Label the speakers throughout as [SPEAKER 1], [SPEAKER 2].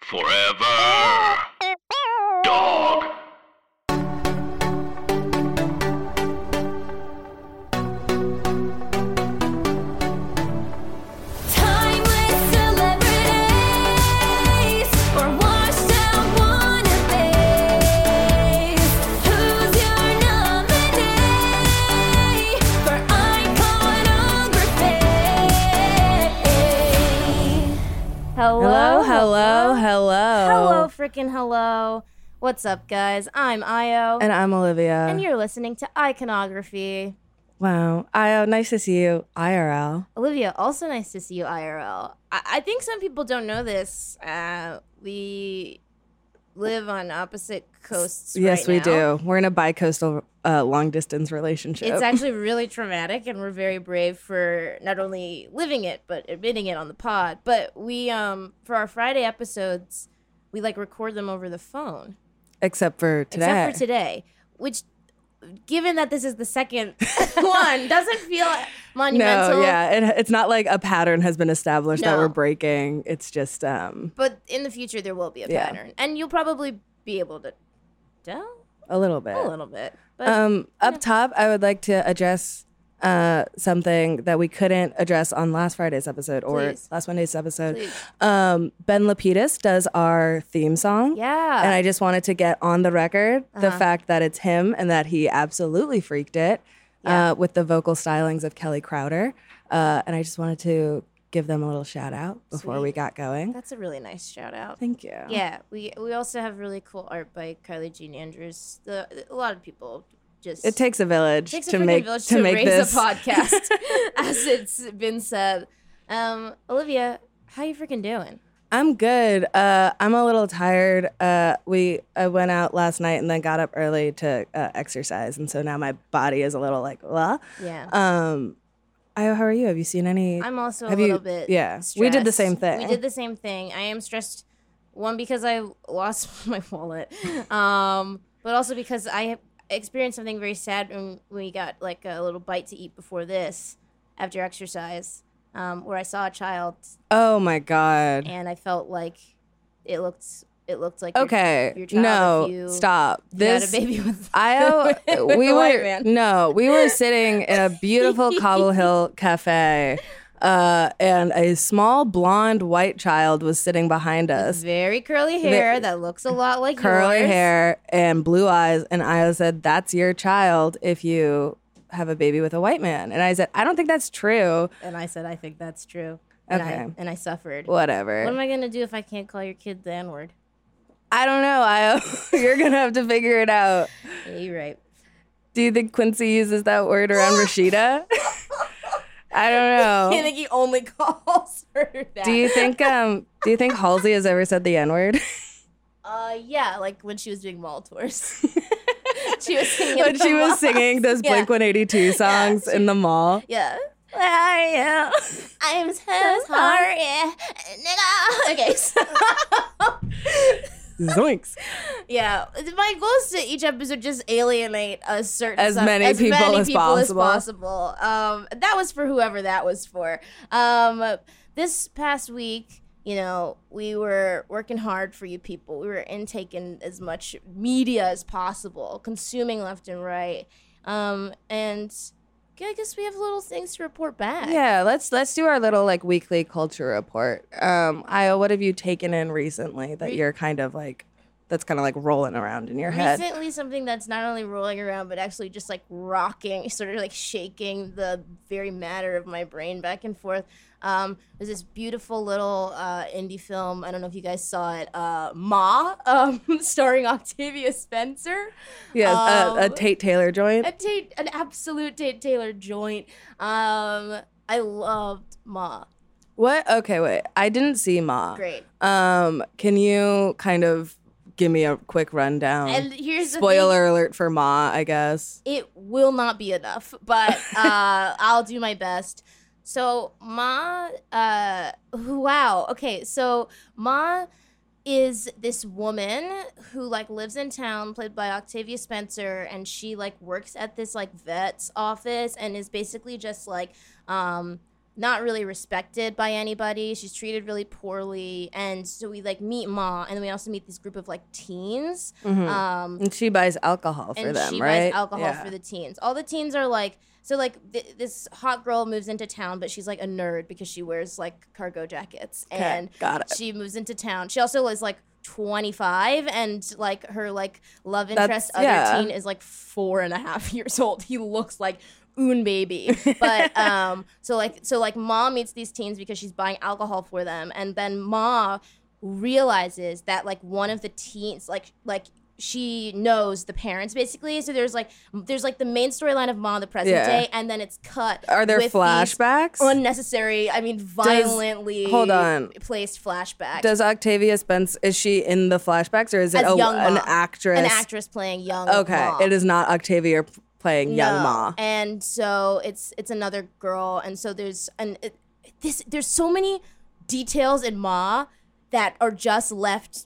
[SPEAKER 1] Forever. Dog.
[SPEAKER 2] Timeless celebrities or washed out wannabes. Who's your nominee for iconography?
[SPEAKER 3] Hello,
[SPEAKER 4] Hello,
[SPEAKER 3] hello, hello.
[SPEAKER 4] hello, freaking hello. What's up, guys? I'm Io,
[SPEAKER 3] And I'm Olivia.
[SPEAKER 4] and you're listening to Iconography.
[SPEAKER 3] wow. Io, nice to see you. IRL.
[SPEAKER 4] Olivia, also nice to see you IRL. I, I think some people don't know this. Uh, we live on opposite coasts.
[SPEAKER 3] yes,
[SPEAKER 4] right
[SPEAKER 3] we
[SPEAKER 4] now.
[SPEAKER 3] do. We're in a bi-coastal uh, long distance relationship.
[SPEAKER 4] It's actually really traumatic, and we're very brave for not only living it but admitting it on the pod. But we, um, for our Friday episodes, we like record them over the phone.
[SPEAKER 3] Except for today.
[SPEAKER 4] except for today, which, given that this is the second one, doesn't feel monumental.
[SPEAKER 3] No, yeah. It, it's not like a pattern has been established that
[SPEAKER 4] No.
[SPEAKER 3] we're breaking. It's just um
[SPEAKER 4] But in the future, there will be a
[SPEAKER 3] Yeah.
[SPEAKER 4] pattern, and you'll probably be able to tell
[SPEAKER 3] a little bit.
[SPEAKER 4] a little bit. But
[SPEAKER 3] Um, up top, I would like to address uh, something that we couldn't address on last Friday's episode or
[SPEAKER 4] Please.
[SPEAKER 3] last Monday's episode.
[SPEAKER 4] Please.
[SPEAKER 3] Um, ben Lapidus does our theme song.
[SPEAKER 4] Yeah. Uh-huh.
[SPEAKER 3] And I just wanted to get on the record the fact that it's him and that he absolutely freaked it uh, with the vocal stylings of Kelly Crowder. Uh, and I just wanted to give them a little shout out before we got going.
[SPEAKER 4] that's a really nice shout out.
[SPEAKER 3] Thank you.
[SPEAKER 4] Yeah, we we also have really cool art by Carly Jean Andrews. The, a lot of people just
[SPEAKER 3] It takes a village
[SPEAKER 4] takes a
[SPEAKER 3] to
[SPEAKER 4] freaking
[SPEAKER 3] make
[SPEAKER 4] village
[SPEAKER 3] to, make
[SPEAKER 4] raise
[SPEAKER 3] this
[SPEAKER 4] a podcast, as it's been said. Um, Olivia, how you freaking doing?
[SPEAKER 3] I'm good. Uh, I'm a little tired. Uh, we I went out last night and then got up early to uh, exercise, and so now my body is a little like blah.
[SPEAKER 4] Yeah.
[SPEAKER 3] Um, Io, how are you? Have you seen any?
[SPEAKER 4] I'm also
[SPEAKER 3] Have
[SPEAKER 4] a
[SPEAKER 3] you-
[SPEAKER 4] little bit.
[SPEAKER 3] yeah, we did the same
[SPEAKER 4] stressed. We
[SPEAKER 3] thing.
[SPEAKER 4] did the same thing. I am stressed. One because I lost my wallet, um, but also because I experienced something very sad when we got like a little bite to eat before this, after exercise, um, where I saw a child
[SPEAKER 3] oh my god.
[SPEAKER 4] and I felt like it looked it looked like your-
[SPEAKER 3] Okay.
[SPEAKER 4] your child if
[SPEAKER 3] No,
[SPEAKER 4] you
[SPEAKER 3] stop.
[SPEAKER 4] you had
[SPEAKER 3] This
[SPEAKER 4] a baby with
[SPEAKER 3] Io,
[SPEAKER 4] with
[SPEAKER 3] we
[SPEAKER 4] a white
[SPEAKER 3] were
[SPEAKER 4] man.
[SPEAKER 3] no, we were sitting in a beautiful Cobble Hill cafe, uh, and a small blonde white child was sitting behind us.
[SPEAKER 4] very curly hair that looks a lot like
[SPEAKER 3] curly
[SPEAKER 4] yours.
[SPEAKER 3] hair and blue eyes. And I said, That's your child if you have a baby with a white man. And I said, I don't think that's true.
[SPEAKER 4] and I said I think that's true. And I,
[SPEAKER 3] Okay.
[SPEAKER 4] and I suffered.
[SPEAKER 3] Whatever.
[SPEAKER 4] What am I gonna do if I can't call your kid the N word?
[SPEAKER 3] I don't know. I, you're going to have to figure it out.
[SPEAKER 4] Yeah, you're right.
[SPEAKER 3] Do you think Quincy uses that word around Rashida? I don't know.
[SPEAKER 4] think he only calls her that.
[SPEAKER 3] Do you think um do you think Halsey has ever said the N word?
[SPEAKER 4] Uh, yeah, like when she was doing mall tours. she was singing.
[SPEAKER 3] when
[SPEAKER 4] the
[SPEAKER 3] she was
[SPEAKER 4] mall-
[SPEAKER 3] singing those
[SPEAKER 4] Yeah.
[SPEAKER 3] Blink 182 songs in the mall.
[SPEAKER 4] Yeah. Where are you? I'm so sorry, nigga. Okay. So,
[SPEAKER 3] Zoinks.
[SPEAKER 4] yeah, my goal is to each episode just alienate a certain
[SPEAKER 3] As
[SPEAKER 4] sub-
[SPEAKER 3] many people as possible.
[SPEAKER 4] possible. Um, that was for whoever that was for. Um, this past week, you know, we were working hard for you people. We were intaking as much media as possible, consuming left and right. Um, and I guess we have little things to report back.
[SPEAKER 3] Yeah, let's let's do our little like weekly culture report. Um, Io, what have you taken in recently that you're kind of like that's kind of like rolling around in your head?
[SPEAKER 4] Recently, something that's not only rolling around, but actually just like rocking, sort of like shaking the very matter of my brain back and forth. Um, there's this beautiful little uh, indie film. I don't know if you guys saw it, uh, Ma, um, starring Octavia Spencer.
[SPEAKER 3] Yes, a, a
[SPEAKER 4] Um,
[SPEAKER 3] Tate Taylor joint.
[SPEAKER 4] A Tate, an absolute Tate Taylor joint. Um, I loved Ma.
[SPEAKER 3] What? Okay, wait. I didn't see Ma.
[SPEAKER 4] Great.
[SPEAKER 3] Um, can you kind of give me a quick rundown?
[SPEAKER 4] And here's the thing.
[SPEAKER 3] Um, Spoiler alert for Ma, I guess.
[SPEAKER 4] it will not be enough, but uh, I'll do my best. So Ma, uh, wow, okay, so Ma is this woman who like lives in town, played by Octavia Spencer, and she like works at this like vet's office and is basically just like um, not really respected by anybody. She's treated really poorly, and so we like meet Ma, and then we also meet this group of like teens. Um,
[SPEAKER 3] And she buys alcohol for
[SPEAKER 4] and
[SPEAKER 3] them,
[SPEAKER 4] she
[SPEAKER 3] right?
[SPEAKER 4] buys alcohol
[SPEAKER 3] Yeah.
[SPEAKER 4] for the teens. All the teens are like, so like th- this hot girl moves into town, but she's like a nerd because she wears like cargo jackets, and
[SPEAKER 3] got it.
[SPEAKER 4] she moves into town. She also is like. 25 and like her like love interest other
[SPEAKER 3] yeah.
[SPEAKER 4] teen is like four and a half years old he looks like oon baby but um so like so like mom meets these teens because she's buying alcohol for them and then ma realizes that like one of the teens like like she knows the parents basically so there's like there's like the main storyline of ma in the present
[SPEAKER 3] Yeah.
[SPEAKER 4] day and then it's cut
[SPEAKER 3] Are there
[SPEAKER 4] with these
[SPEAKER 3] flashbacks?
[SPEAKER 4] unnecessary i mean violently
[SPEAKER 3] hold on.
[SPEAKER 4] placed flashbacks
[SPEAKER 3] Does Octavia Spence is she in the flashbacks or is it
[SPEAKER 4] As
[SPEAKER 3] a,
[SPEAKER 4] young
[SPEAKER 3] an
[SPEAKER 4] Ma.
[SPEAKER 3] actress?
[SPEAKER 4] an actress playing young
[SPEAKER 3] Okay,
[SPEAKER 4] Ma.
[SPEAKER 3] it is not Octavia p- playing young
[SPEAKER 4] No.
[SPEAKER 3] Ma.
[SPEAKER 4] And so it's it's another girl, and so there's an it, this there's so many details in Ma that are just left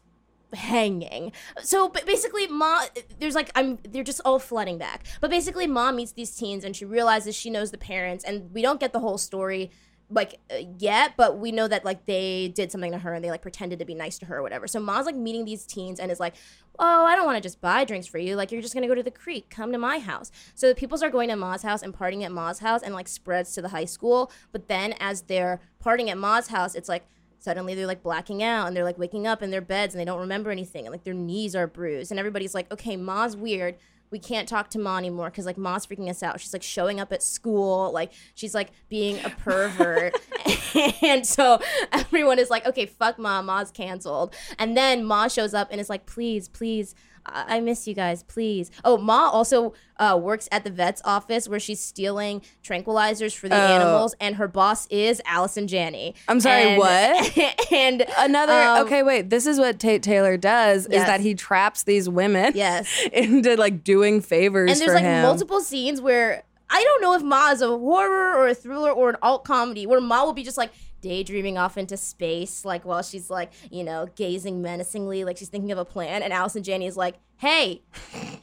[SPEAKER 4] hanging. So but basically, Ma there's like I'm they're just all flooding back. But basically, Ma meets these teens, and she realizes she knows the parents, and we don't get the whole story like uh, yet but we know that like they did something to her and they like pretended to be nice to her or whatever so ma's like meeting these teens and is like oh i don't want to just buy drinks for you like you're just gonna go to the creek come to my house so the people start going to ma's house and partying at ma's house and like spreads to the high school but then as they're partying at ma's house it's like suddenly they're like blacking out and they're like waking up in their beds and they don't remember anything and like their knees are bruised and everybody's like okay ma's weird we can't talk to Ma anymore because like Ma's freaking us out. She's like showing up at school, like she's like being a pervert, and so everyone is like, okay, fuck Ma, Ma's canceled. And then Ma shows up and is like, please, please, I, I miss you guys, please. Oh, Ma also uh, works at the vet's office where she's stealing tranquilizers for the animals, and her boss is Allison Janney.
[SPEAKER 3] I'm sorry,
[SPEAKER 4] And-
[SPEAKER 3] what?
[SPEAKER 4] and
[SPEAKER 3] Another
[SPEAKER 4] um,
[SPEAKER 3] okay, wait. This is what Tate Taylor does is
[SPEAKER 4] Yes.
[SPEAKER 3] that he traps these women
[SPEAKER 4] Yes.
[SPEAKER 3] into like doing favors
[SPEAKER 4] and there's
[SPEAKER 3] for
[SPEAKER 4] like
[SPEAKER 3] him.
[SPEAKER 4] multiple scenes where I don't know if Ma is a horror or a thriller or an alt comedy where Ma will be just like daydreaming off into space, like while she's like, you know, gazing menacingly, like she's thinking of a plan. And Allison Janney is like, hey,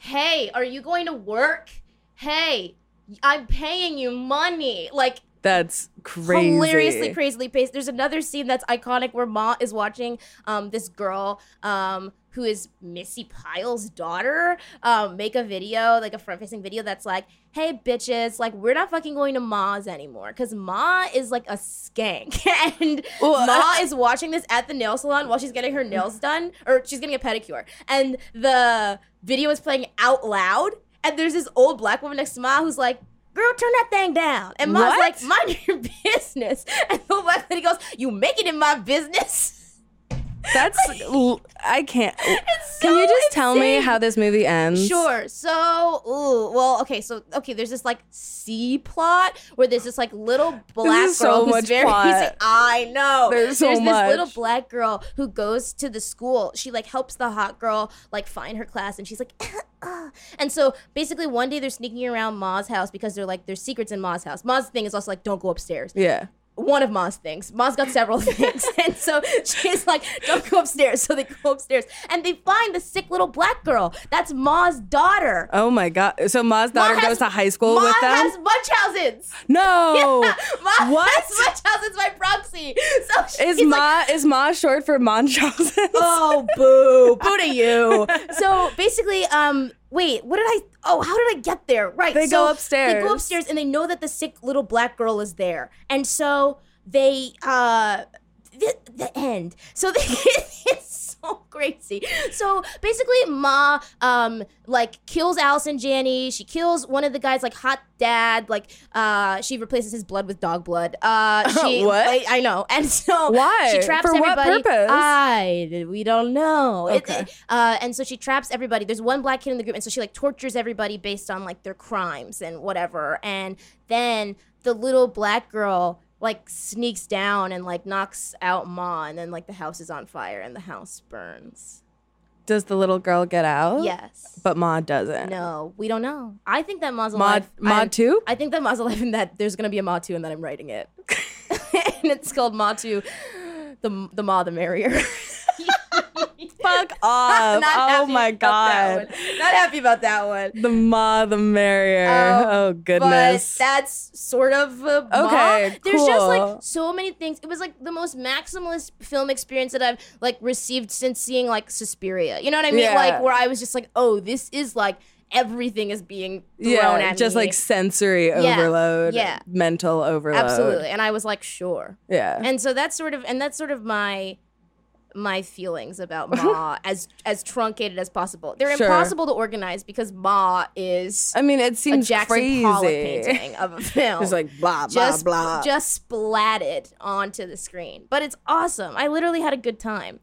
[SPEAKER 4] hey, are you going to work? Hey, I'm paying you money. Like,
[SPEAKER 3] That's crazy.
[SPEAKER 4] hilariously crazily paced. There's another scene that's iconic where Ma is watching um, this girl um, who is Missy Pyle's daughter um, make a video, like a front-facing video that's like, "Hey bitches, like we're not fucking going to Ma's anymore because Ma is like a skank." and
[SPEAKER 3] Well,
[SPEAKER 4] Ma
[SPEAKER 3] I-
[SPEAKER 4] is watching this at the nail salon while she's getting her nails done or she's getting a pedicure, and the video is playing out loud. And there's this old black woman next to Ma who's like, "Girl, turn that thing down." And Ma's
[SPEAKER 3] What?
[SPEAKER 4] like, mind your business. And the black lady goes, You make it in my business.
[SPEAKER 3] That's l- I can't. Can you just tell me
[SPEAKER 4] insane.
[SPEAKER 3] how this movie ends?
[SPEAKER 4] Sure. So, ooh, well, okay, so okay, there's this like C plot where there's this like little black
[SPEAKER 3] is
[SPEAKER 4] girl
[SPEAKER 3] so
[SPEAKER 4] who's
[SPEAKER 3] much
[SPEAKER 4] very
[SPEAKER 3] plot.
[SPEAKER 4] I know.
[SPEAKER 3] There's so
[SPEAKER 4] this little
[SPEAKER 3] much.
[SPEAKER 4] black girl who goes to the school. She like helps the hot girl like find her class and she's like "Ah." And so basically one day they're sneaking around Ma's house because they're like there's secrets in Ma's house. Ma's thing is also like don't go upstairs.
[SPEAKER 3] Yeah.
[SPEAKER 4] one of Ma's things. Ma's got several things. And so she's like, don't go upstairs. So they go upstairs and they find the sick little black girl. That's Ma's daughter.
[SPEAKER 3] Oh my god. So Ma's
[SPEAKER 4] Ma
[SPEAKER 3] daughter
[SPEAKER 4] has-
[SPEAKER 3] goes to high school
[SPEAKER 4] Ma
[SPEAKER 3] Oh, with them.
[SPEAKER 4] has Munchausen's.
[SPEAKER 3] no.
[SPEAKER 4] Ma
[SPEAKER 3] what?
[SPEAKER 4] has Munchausen's by proxy. So she's
[SPEAKER 3] is Ma
[SPEAKER 4] like,
[SPEAKER 3] is Ma short for Munchausen?
[SPEAKER 4] oh, boo. Boo to you. So basically, um, wait, what did I, oh, how did I get there? Right.
[SPEAKER 3] They
[SPEAKER 4] so
[SPEAKER 3] go upstairs.
[SPEAKER 4] They go upstairs and they know that the sick little black girl is there. And so they, uh, the, the end. So they, it's so crazy. So basically, Ma um like kills Allison Janney. She kills one of the guys like hot dad. Like uh she replaces his blood with dog blood. Uh she
[SPEAKER 3] What?
[SPEAKER 4] I, I know. And so
[SPEAKER 3] Why?
[SPEAKER 4] she traps
[SPEAKER 3] For what
[SPEAKER 4] everybody. Uh,
[SPEAKER 3] purpose?
[SPEAKER 4] I we don't know. It-
[SPEAKER 3] Okay.
[SPEAKER 4] it- uh, and so she traps everybody. There's one black kid in the group, and so she like tortures everybody based on like their crimes and whatever. And then the little black girl like sneaks down and like knocks out Ma, and then like the house is on fire and the house burns.
[SPEAKER 3] Does the little girl get out?
[SPEAKER 4] Yes.
[SPEAKER 3] But Ma doesn't.
[SPEAKER 4] no, we don't know. I think that Ma's
[SPEAKER 3] Ma,
[SPEAKER 4] alive.
[SPEAKER 3] Ma
[SPEAKER 4] I'm-
[SPEAKER 3] too?
[SPEAKER 4] I think that Ma's alive and that there's gonna be a Ma two and that I'm writing it. and it's called Ma two, the the Ma the merrier.
[SPEAKER 3] Fuck off. oh
[SPEAKER 4] happy
[SPEAKER 3] my
[SPEAKER 4] about that
[SPEAKER 3] God.
[SPEAKER 4] one. Not happy about that one.
[SPEAKER 3] The Ma, the merrier.
[SPEAKER 4] Oh,
[SPEAKER 3] Oh, goodness.
[SPEAKER 4] But that's sort of a ma.
[SPEAKER 3] Okay,
[SPEAKER 4] There's just
[SPEAKER 3] cool.
[SPEAKER 4] like so many things. It was like the most maximalist film experience that I've like received since seeing like Suspiria. You know what I mean?
[SPEAKER 3] Yeah.
[SPEAKER 4] Like where I was just like, oh, this is like everything is being thrown
[SPEAKER 3] yeah,
[SPEAKER 4] at
[SPEAKER 3] just
[SPEAKER 4] me.
[SPEAKER 3] like sensory overload,
[SPEAKER 4] yeah.
[SPEAKER 3] mental overload.
[SPEAKER 4] absolutely. And I was like, sure.
[SPEAKER 3] Yeah.
[SPEAKER 4] And so that's sort of and that's sort of my my feelings about Ma as as truncated as possible. They're
[SPEAKER 3] Sure.
[SPEAKER 4] impossible to organize because Ma is
[SPEAKER 3] I mean, it
[SPEAKER 4] a
[SPEAKER 3] seems
[SPEAKER 4] Jackson
[SPEAKER 3] crazy.
[SPEAKER 4] Pollock painting of a film.
[SPEAKER 3] It's like blah, blah,
[SPEAKER 4] just
[SPEAKER 3] blah.
[SPEAKER 4] just splatted onto the screen. But it's awesome. I literally had a good time.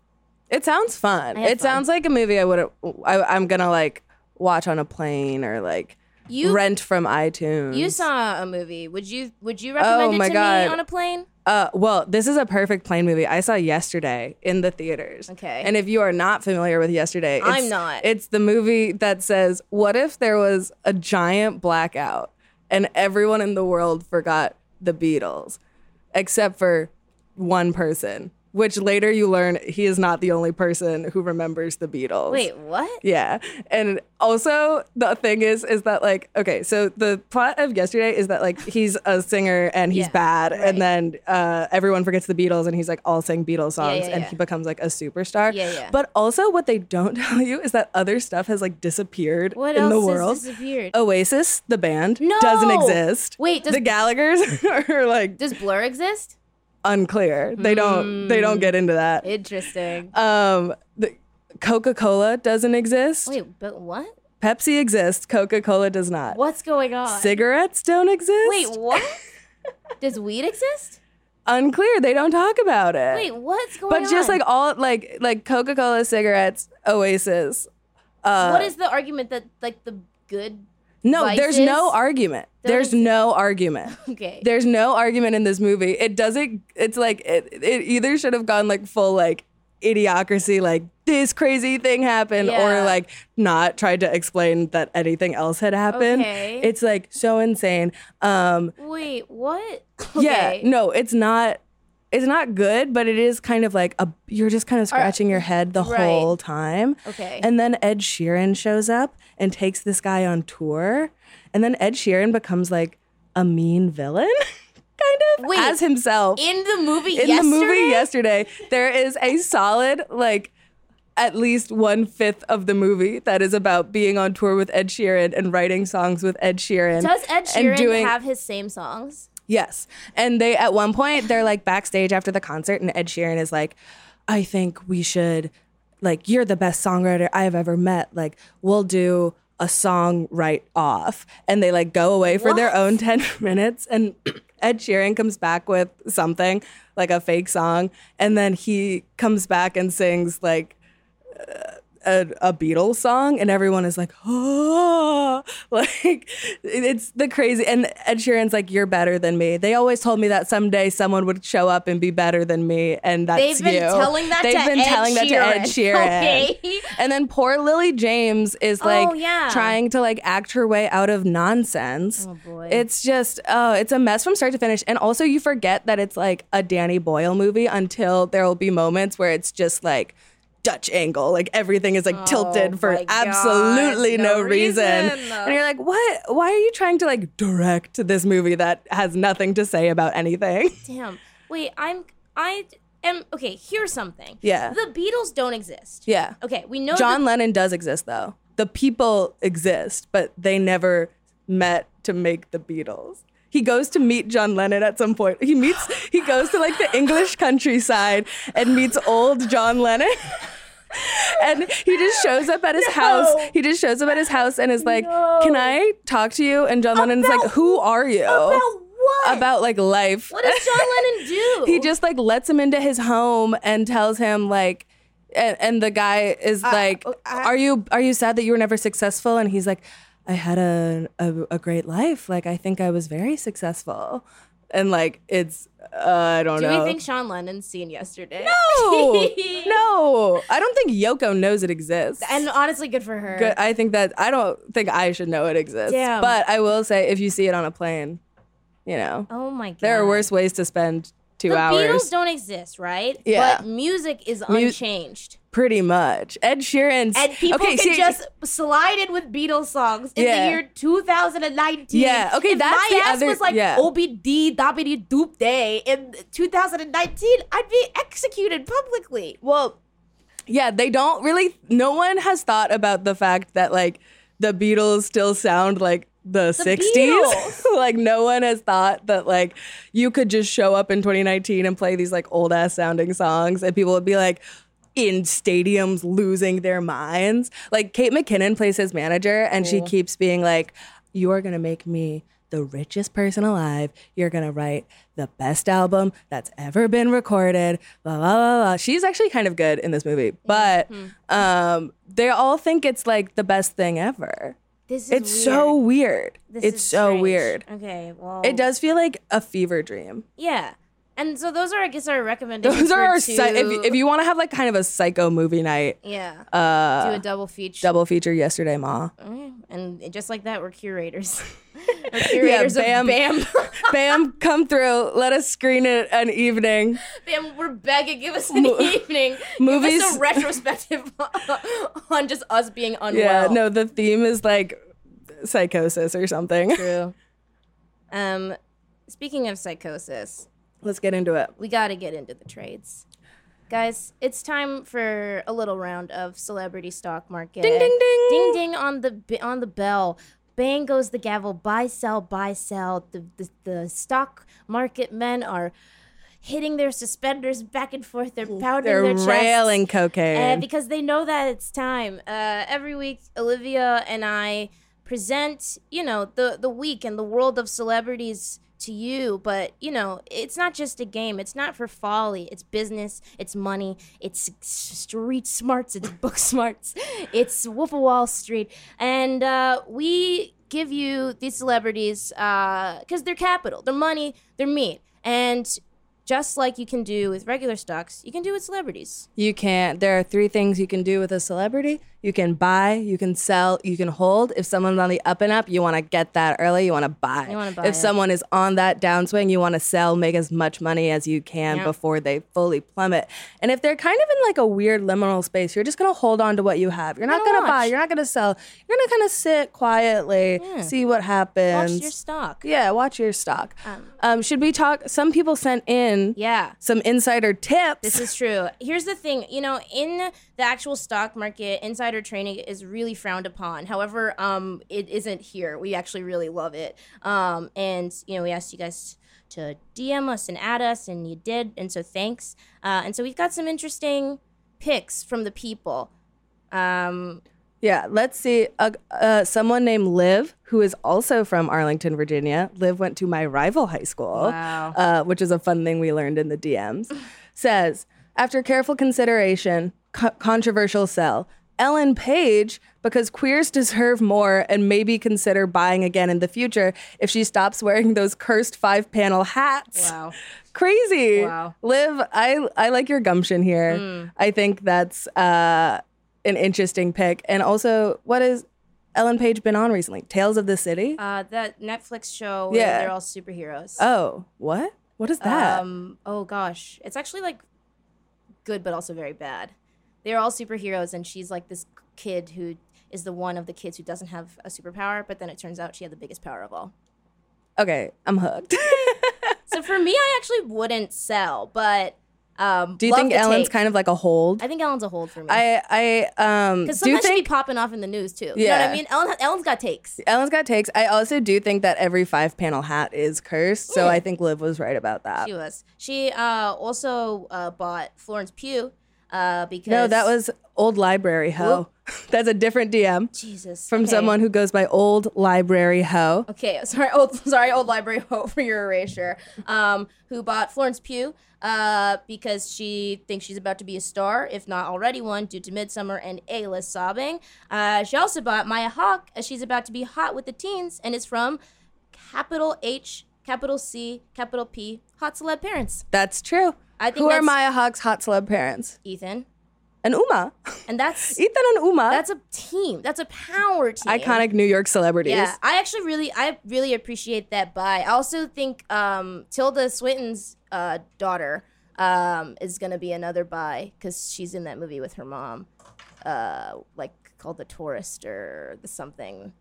[SPEAKER 3] It sounds fun.
[SPEAKER 4] I had
[SPEAKER 3] It
[SPEAKER 4] fun.
[SPEAKER 3] sounds like a movie I would. I, I'm gonna like watch on a plane or like
[SPEAKER 4] You
[SPEAKER 3] rent from iTunes.
[SPEAKER 4] you saw a movie. Would you would you recommend it
[SPEAKER 3] Oh my
[SPEAKER 4] to
[SPEAKER 3] God.
[SPEAKER 4] me on a plane?
[SPEAKER 3] Uh, well, this is a perfect plane movie. I saw yesterday in the theaters.
[SPEAKER 4] Okay.
[SPEAKER 3] And if you are not familiar with yesterday,
[SPEAKER 4] I'm
[SPEAKER 3] it's-
[SPEAKER 4] not.
[SPEAKER 3] It's the movie that says, "What if there was a giant blackout and everyone in the world forgot the Beatles, except for one person?" Which later you learn he is not the only person who remembers the Beatles.
[SPEAKER 4] Wait, what?
[SPEAKER 3] Yeah. And also the thing is is that like okay, so the plot of yesterday is that like he's a singer and he's
[SPEAKER 4] Yeah,
[SPEAKER 3] bad
[SPEAKER 4] right.
[SPEAKER 3] and then uh, everyone forgets the Beatles and he's like all sing Beatles
[SPEAKER 4] Yeah,
[SPEAKER 3] songs
[SPEAKER 4] yeah,
[SPEAKER 3] and
[SPEAKER 4] yeah.
[SPEAKER 3] he becomes like a superstar.
[SPEAKER 4] Yeah, yeah.
[SPEAKER 3] But also what they don't tell you is that other stuff has like disappeared
[SPEAKER 4] What
[SPEAKER 3] in
[SPEAKER 4] else
[SPEAKER 3] the
[SPEAKER 4] has
[SPEAKER 3] world. Oh.
[SPEAKER 4] disappeared?
[SPEAKER 3] Oasis, the band,
[SPEAKER 4] No!
[SPEAKER 3] doesn't exist.
[SPEAKER 4] Wait, does-
[SPEAKER 3] the Gallagher's are like
[SPEAKER 4] Does Blur exist?
[SPEAKER 3] unclear. They don't they
[SPEAKER 4] Hmm.
[SPEAKER 3] don't get into that.
[SPEAKER 4] Interesting.
[SPEAKER 3] um the Coca-Cola doesn't exist.
[SPEAKER 4] Wait, but what?
[SPEAKER 3] Pepsi exists, Coca Cola does not.
[SPEAKER 4] What's going on?
[SPEAKER 3] Cigarettes don't exist.
[SPEAKER 4] Wait, what? Does weed exist?
[SPEAKER 3] unclear. They don't talk about it.
[SPEAKER 4] Wait, what's going on?
[SPEAKER 3] but just like all like like Coca Cola, cigarettes, Oasis. Uh,
[SPEAKER 4] what is the argument that like the good?
[SPEAKER 3] no? There's no
[SPEAKER 4] vices?
[SPEAKER 3] argument.
[SPEAKER 4] Don't
[SPEAKER 3] There's
[SPEAKER 4] exist.
[SPEAKER 3] no argument.
[SPEAKER 4] Okay.
[SPEAKER 3] There's no argument in this movie. It doesn't. It's like it. It either should have gone like full like idiocracy, like this crazy thing happened,
[SPEAKER 4] Yeah.
[SPEAKER 3] or like not tried to explain that anything else had happened.
[SPEAKER 4] Okay.
[SPEAKER 3] It's like so insane. Um,
[SPEAKER 4] Wait, what?
[SPEAKER 3] Yeah, no, it's not. It's not good, but it is kind of like a you're just kind of scratching your head the
[SPEAKER 4] right.
[SPEAKER 3] whole time.
[SPEAKER 4] Okay.
[SPEAKER 3] And then Ed Sheeran shows up and takes this guy on tour, and then Ed Sheeran becomes like a mean villain, kind of
[SPEAKER 4] Wait,
[SPEAKER 3] as himself.
[SPEAKER 4] In the movie
[SPEAKER 3] In
[SPEAKER 4] yesterday.
[SPEAKER 3] the movie yesterday, there is a solid like at least one fifth of the movie that is about being on tour with Ed Sheeran and writing songs with Ed Sheeran.
[SPEAKER 4] Does Ed
[SPEAKER 3] and
[SPEAKER 4] Sheeran
[SPEAKER 3] doing-
[SPEAKER 4] have his same songs?
[SPEAKER 3] Yes. And they, at one point, they're like backstage after the concert, and Ed Sheeran is like, I think we should, like, you're the best songwriter I have ever met. Like, we'll do a song right off. And they like go away for their own 10 minutes. And Ed Sheeran comes back with something, like a fake song. And then he comes back and sings, like, a, a Beatles song, and everyone is like, oh, like it's the crazy. And Ed Sheeran's like, you're better than me. They always told me that someday someone would show up and be better than me, and that's
[SPEAKER 4] They've been
[SPEAKER 3] you.
[SPEAKER 4] telling that
[SPEAKER 3] They've
[SPEAKER 4] to
[SPEAKER 3] been
[SPEAKER 4] Ed
[SPEAKER 3] telling that to Ed
[SPEAKER 4] Sheeran.
[SPEAKER 3] Sheeran.
[SPEAKER 4] Okay.
[SPEAKER 3] And then poor Lily James is like
[SPEAKER 4] Oh, yeah.
[SPEAKER 3] trying to like act her way out of nonsense.
[SPEAKER 4] Oh, boy.
[SPEAKER 3] It's just oh, it's a mess from start to finish. And also you forget that it's like a Danny Boyle movie until there will be moments where it's just like Dutch angle, like everything is like tilted for
[SPEAKER 4] Oh my God,
[SPEAKER 3] absolutely
[SPEAKER 4] no
[SPEAKER 3] no, reason.
[SPEAKER 4] reason.
[SPEAKER 3] And you're like, what? Why are you trying to like direct this movie that has nothing to say about anything?
[SPEAKER 4] Damn. Wait, I'm I am okay. Here's something.
[SPEAKER 3] Yeah.
[SPEAKER 4] The Beatles don't exist.
[SPEAKER 3] Yeah.
[SPEAKER 4] Okay, we know
[SPEAKER 3] John Lennon does exist though. The people exist, but they never met to make the Beatles. He goes to meet John Lennon at some point. He meets he goes to like the English countryside and meets old John Lennon. And he just shows up at his house. He just shows up at his house and is like, "Can I talk to you?" And John Lennon's like,
[SPEAKER 4] About-
[SPEAKER 3] "Who are you?"
[SPEAKER 4] the, about what?
[SPEAKER 3] About, like life.
[SPEAKER 4] what does John Lennon do?
[SPEAKER 3] He just like lets him into his home and tells him like and, and the guy is like
[SPEAKER 4] oh,
[SPEAKER 3] are you are you sad that you were never successful and he's like I had a, a a great life like I think I was very successful and like it's uh, I don't
[SPEAKER 4] Do
[SPEAKER 3] know.
[SPEAKER 4] we think Sean Lennon's seen yesterday?
[SPEAKER 3] no, no, I don't think Yoko knows it exists.
[SPEAKER 4] And honestly, good for her.
[SPEAKER 3] Good- I think that I don't think I should know it exists.
[SPEAKER 4] Damn.
[SPEAKER 3] But I will say, if you see it on a plane, you know
[SPEAKER 4] Oh my god.
[SPEAKER 3] there are worse ways to spend two
[SPEAKER 4] The
[SPEAKER 3] hours.
[SPEAKER 4] Beatles don't exist, right?
[SPEAKER 3] Yeah.
[SPEAKER 4] But music is
[SPEAKER 3] Mu-
[SPEAKER 4] unchanged.
[SPEAKER 3] pretty much. Ed Sheeran's
[SPEAKER 4] And people
[SPEAKER 3] okay,
[SPEAKER 4] can
[SPEAKER 3] see-
[SPEAKER 4] just slide in with Beatles songs in
[SPEAKER 3] Yeah.
[SPEAKER 4] the year 2019.
[SPEAKER 3] Yeah, okay,
[SPEAKER 4] if
[SPEAKER 3] that's
[SPEAKER 4] my
[SPEAKER 3] the
[SPEAKER 4] ass
[SPEAKER 3] other-
[SPEAKER 4] was like
[SPEAKER 3] yeah.
[SPEAKER 4] OBD Dobity Doop Day in 2019, I'd be executed publicly.
[SPEAKER 3] Well, yeah, they don't really. No one has thought about the fact that like the Beatles still sound like the, 60s.
[SPEAKER 4] Beatles.
[SPEAKER 3] like no one has thought that like you could just show up in 2019 and play these like old ass sounding songs and people would be like in stadiums losing their minds. Like Kate McKinnon plays his manager and she keeps being like you are going to make me the richest person alive. You're going to write the best album that's ever been recorded. Blah, blah, blah, blah. She's actually kind of good in this movie, but
[SPEAKER 4] Hmm.
[SPEAKER 3] um, they all think it's like the best thing ever.
[SPEAKER 4] This is
[SPEAKER 3] It's so
[SPEAKER 4] weird.
[SPEAKER 3] weird.
[SPEAKER 4] This
[SPEAKER 3] it's
[SPEAKER 4] is
[SPEAKER 3] so
[SPEAKER 4] strange.
[SPEAKER 3] weird.
[SPEAKER 4] Okay, well,
[SPEAKER 3] It does feel like a fever dream.
[SPEAKER 4] Yeah, and so those are, I guess, our recommendations.
[SPEAKER 3] Those are
[SPEAKER 4] for
[SPEAKER 3] our, si- if,
[SPEAKER 4] two-
[SPEAKER 3] if you want to have like kind of a psycho movie night,
[SPEAKER 4] yeah do
[SPEAKER 3] uh,
[SPEAKER 4] a double feature.
[SPEAKER 3] double feature yesterday, Ma.
[SPEAKER 4] Okay, And just like that, we're curators. we're curators
[SPEAKER 3] bam.
[SPEAKER 4] of Bam.
[SPEAKER 3] Bam, come through. Let us screen it an evening.
[SPEAKER 4] Bam, we're begging. Give us an evening. Give us
[SPEAKER 3] movies-
[SPEAKER 4] a retrospective on just us being
[SPEAKER 3] Yeah,
[SPEAKER 4] unwell.
[SPEAKER 3] no, the theme is like psychosis or something.
[SPEAKER 4] True. Um, speaking of psychosis,
[SPEAKER 3] Let's get into it.
[SPEAKER 4] we got to get into the trades. Guys, it's time for a little round of celebrity stock market.
[SPEAKER 3] Ding ding ding.
[SPEAKER 4] ding ding on the b- on the bell. Bang goes the gavel. Buy sell buy sell. The the, the stock market men are hitting their suspenders back and forth. They're pounding
[SPEAKER 3] They're
[SPEAKER 4] their chests.
[SPEAKER 3] railing
[SPEAKER 4] Uh,
[SPEAKER 3] cocaine.
[SPEAKER 4] because they know that it's time. Uh, every week, Olivia and I present, you know, the the week and the world of celebrities to you. But you know, it's not just a game. It's not for folly. It's business. It's money. It's s- street smarts. It's book smarts. It's Wolf of Wall Street. And uh, we give you these celebrities because they're capital, they're money, they're meat, and. Just like you can do with regular stocks, you can do with celebrities.
[SPEAKER 3] you can't. There are three things you can do with a celebrity. You can buy, you can sell, you can hold. If someone's on the up and up, you want to get that early. You want to buy.
[SPEAKER 4] wanna buy
[SPEAKER 3] if
[SPEAKER 4] it.
[SPEAKER 3] someone is on that downswing, you want to sell, make as much money as you can before they fully plummet. And if they're kind of in like a weird liminal space, you're just gonna hold on to what you have. You're not
[SPEAKER 4] gonna
[SPEAKER 3] gonna buy.
[SPEAKER 4] watch.
[SPEAKER 3] You're not gonna sell. You're gonna kind of sit quietly, see what happens.
[SPEAKER 4] Watch your stock.
[SPEAKER 3] Yeah, watch your stock. Um, should we talk? Some people sent in
[SPEAKER 4] Yeah.
[SPEAKER 3] some insider tips.
[SPEAKER 4] This is true. Here's the thing, you know, in the actual stock market, insider trading is really frowned upon. However, um, it isn't here. We actually really love it. Um, and you know, we asked you guys to DM us and add us, and you did, and so thanks. Uh, and so we've got some interesting picks from the people. Um,
[SPEAKER 3] yeah, let's see. Uh, uh, someone named Liv, who is also from Arlington, Virginia. Liv went to my rival high school,
[SPEAKER 4] Wow.
[SPEAKER 3] uh, which is a fun thing we learned in the DMs. says, after careful consideration, co- controversial sell. Ellen Page, because queers deserve more and maybe consider buying again in the future if she stops wearing those cursed five panel hats.
[SPEAKER 4] Wow.
[SPEAKER 3] crazy.
[SPEAKER 4] Wow. Hmm.
[SPEAKER 3] Liv, I I like your gumption here. I think that's uh, an interesting pick. And also, what has Ellen Page been on recently? Tales of the City.
[SPEAKER 4] uh, that Netflix show where
[SPEAKER 3] Yeah.
[SPEAKER 4] they're all superheroes.
[SPEAKER 3] oh, what? What is that?
[SPEAKER 4] Um, oh gosh, it's actually like good, but also very bad. They're all superheroes, and she's like this kid who is the one of the kids who doesn't have a superpower. But then it turns out she had the biggest power of all.
[SPEAKER 3] okay, I'm hooked.
[SPEAKER 4] So for me, I actually wouldn't sell. But um,
[SPEAKER 3] Do you think Ellen's kind of like a hold?
[SPEAKER 4] I think Ellen's a hold for me.
[SPEAKER 3] I I um
[SPEAKER 4] Because
[SPEAKER 3] do you
[SPEAKER 4] sometimes she'd
[SPEAKER 3] think
[SPEAKER 4] be popping off in the news too. You know what
[SPEAKER 3] Yeah.
[SPEAKER 4] I mean? Ellen, Ellen's got takes.
[SPEAKER 3] Ellen's got takes. I also do think that every five panel hat is cursed, so I think Liv was right about that.
[SPEAKER 4] Hmm. She was. She uh, also uh, bought Florence Pugh uh, because
[SPEAKER 3] No, that was old library hoe. That's a different DM.
[SPEAKER 4] Jesus
[SPEAKER 3] from
[SPEAKER 4] okay.
[SPEAKER 3] someone who goes by old library hoe.
[SPEAKER 4] Okay, sorry, old, sorry, old library hope for your erasure. Um, who bought Florence Pugh? Uh, because she thinks she's about to be a star, if not already one, due to Midsummer and A-list sobbing. Uh, she also bought Maya Hawke, as she's about to be hot with the teens, and is from capital H capital C, capital P, hot celeb parents.
[SPEAKER 3] That's true.
[SPEAKER 4] I think
[SPEAKER 3] Who are
[SPEAKER 4] that's-
[SPEAKER 3] Maya Hawke's hot celeb parents?
[SPEAKER 4] Ethan,
[SPEAKER 3] And Uma.
[SPEAKER 4] and that's
[SPEAKER 3] Ethan and Uma.
[SPEAKER 4] that's a team. That's a power team.
[SPEAKER 3] iconic New York celebrities.
[SPEAKER 4] Yeah, I actually really, I really appreciate that buy. I also think um, Tilda Swinton's uh, daughter um, is gonna be another buy because she's in that movie with her mom, uh, like called The Tourist or the something.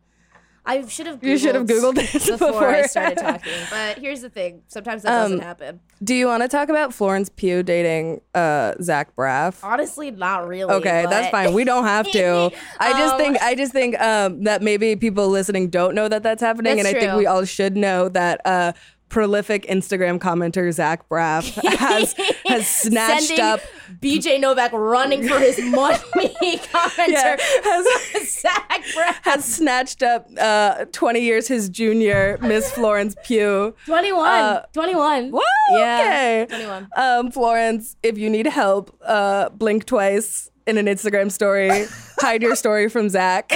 [SPEAKER 4] I should have.
[SPEAKER 3] You should have Googled this
[SPEAKER 4] before, I
[SPEAKER 3] before. Um,
[SPEAKER 4] started talking. But here's the thing: sometimes that doesn't happen.
[SPEAKER 3] Do you want to talk about Florence Pugh dating uh, Zach Braff?
[SPEAKER 4] Honestly, not really.
[SPEAKER 3] Okay, that's
[SPEAKER 4] but-
[SPEAKER 3] fine. We don't have to. I just
[SPEAKER 4] Um,
[SPEAKER 3] think I just think um, that maybe people listening don't know that that's happening,
[SPEAKER 4] That's
[SPEAKER 3] and I think
[SPEAKER 4] true.
[SPEAKER 3] we all should know that. Uh, Prolific Instagram commenter Zach Braff has has snatched
[SPEAKER 4] Sending
[SPEAKER 3] up
[SPEAKER 4] BJ Novak running for his money commenter.
[SPEAKER 3] yeah, has,
[SPEAKER 4] Zach Braff.
[SPEAKER 3] has snatched up uh, 20 years his junior Miss Florence Pugh.
[SPEAKER 4] 21.
[SPEAKER 3] Uh,
[SPEAKER 4] 21.
[SPEAKER 3] Whoa,
[SPEAKER 4] Yeah,
[SPEAKER 3] okay.
[SPEAKER 4] 21.
[SPEAKER 3] Um, Florence, if you need help, uh, blink twice in an Instagram story. Hide your story from Zach.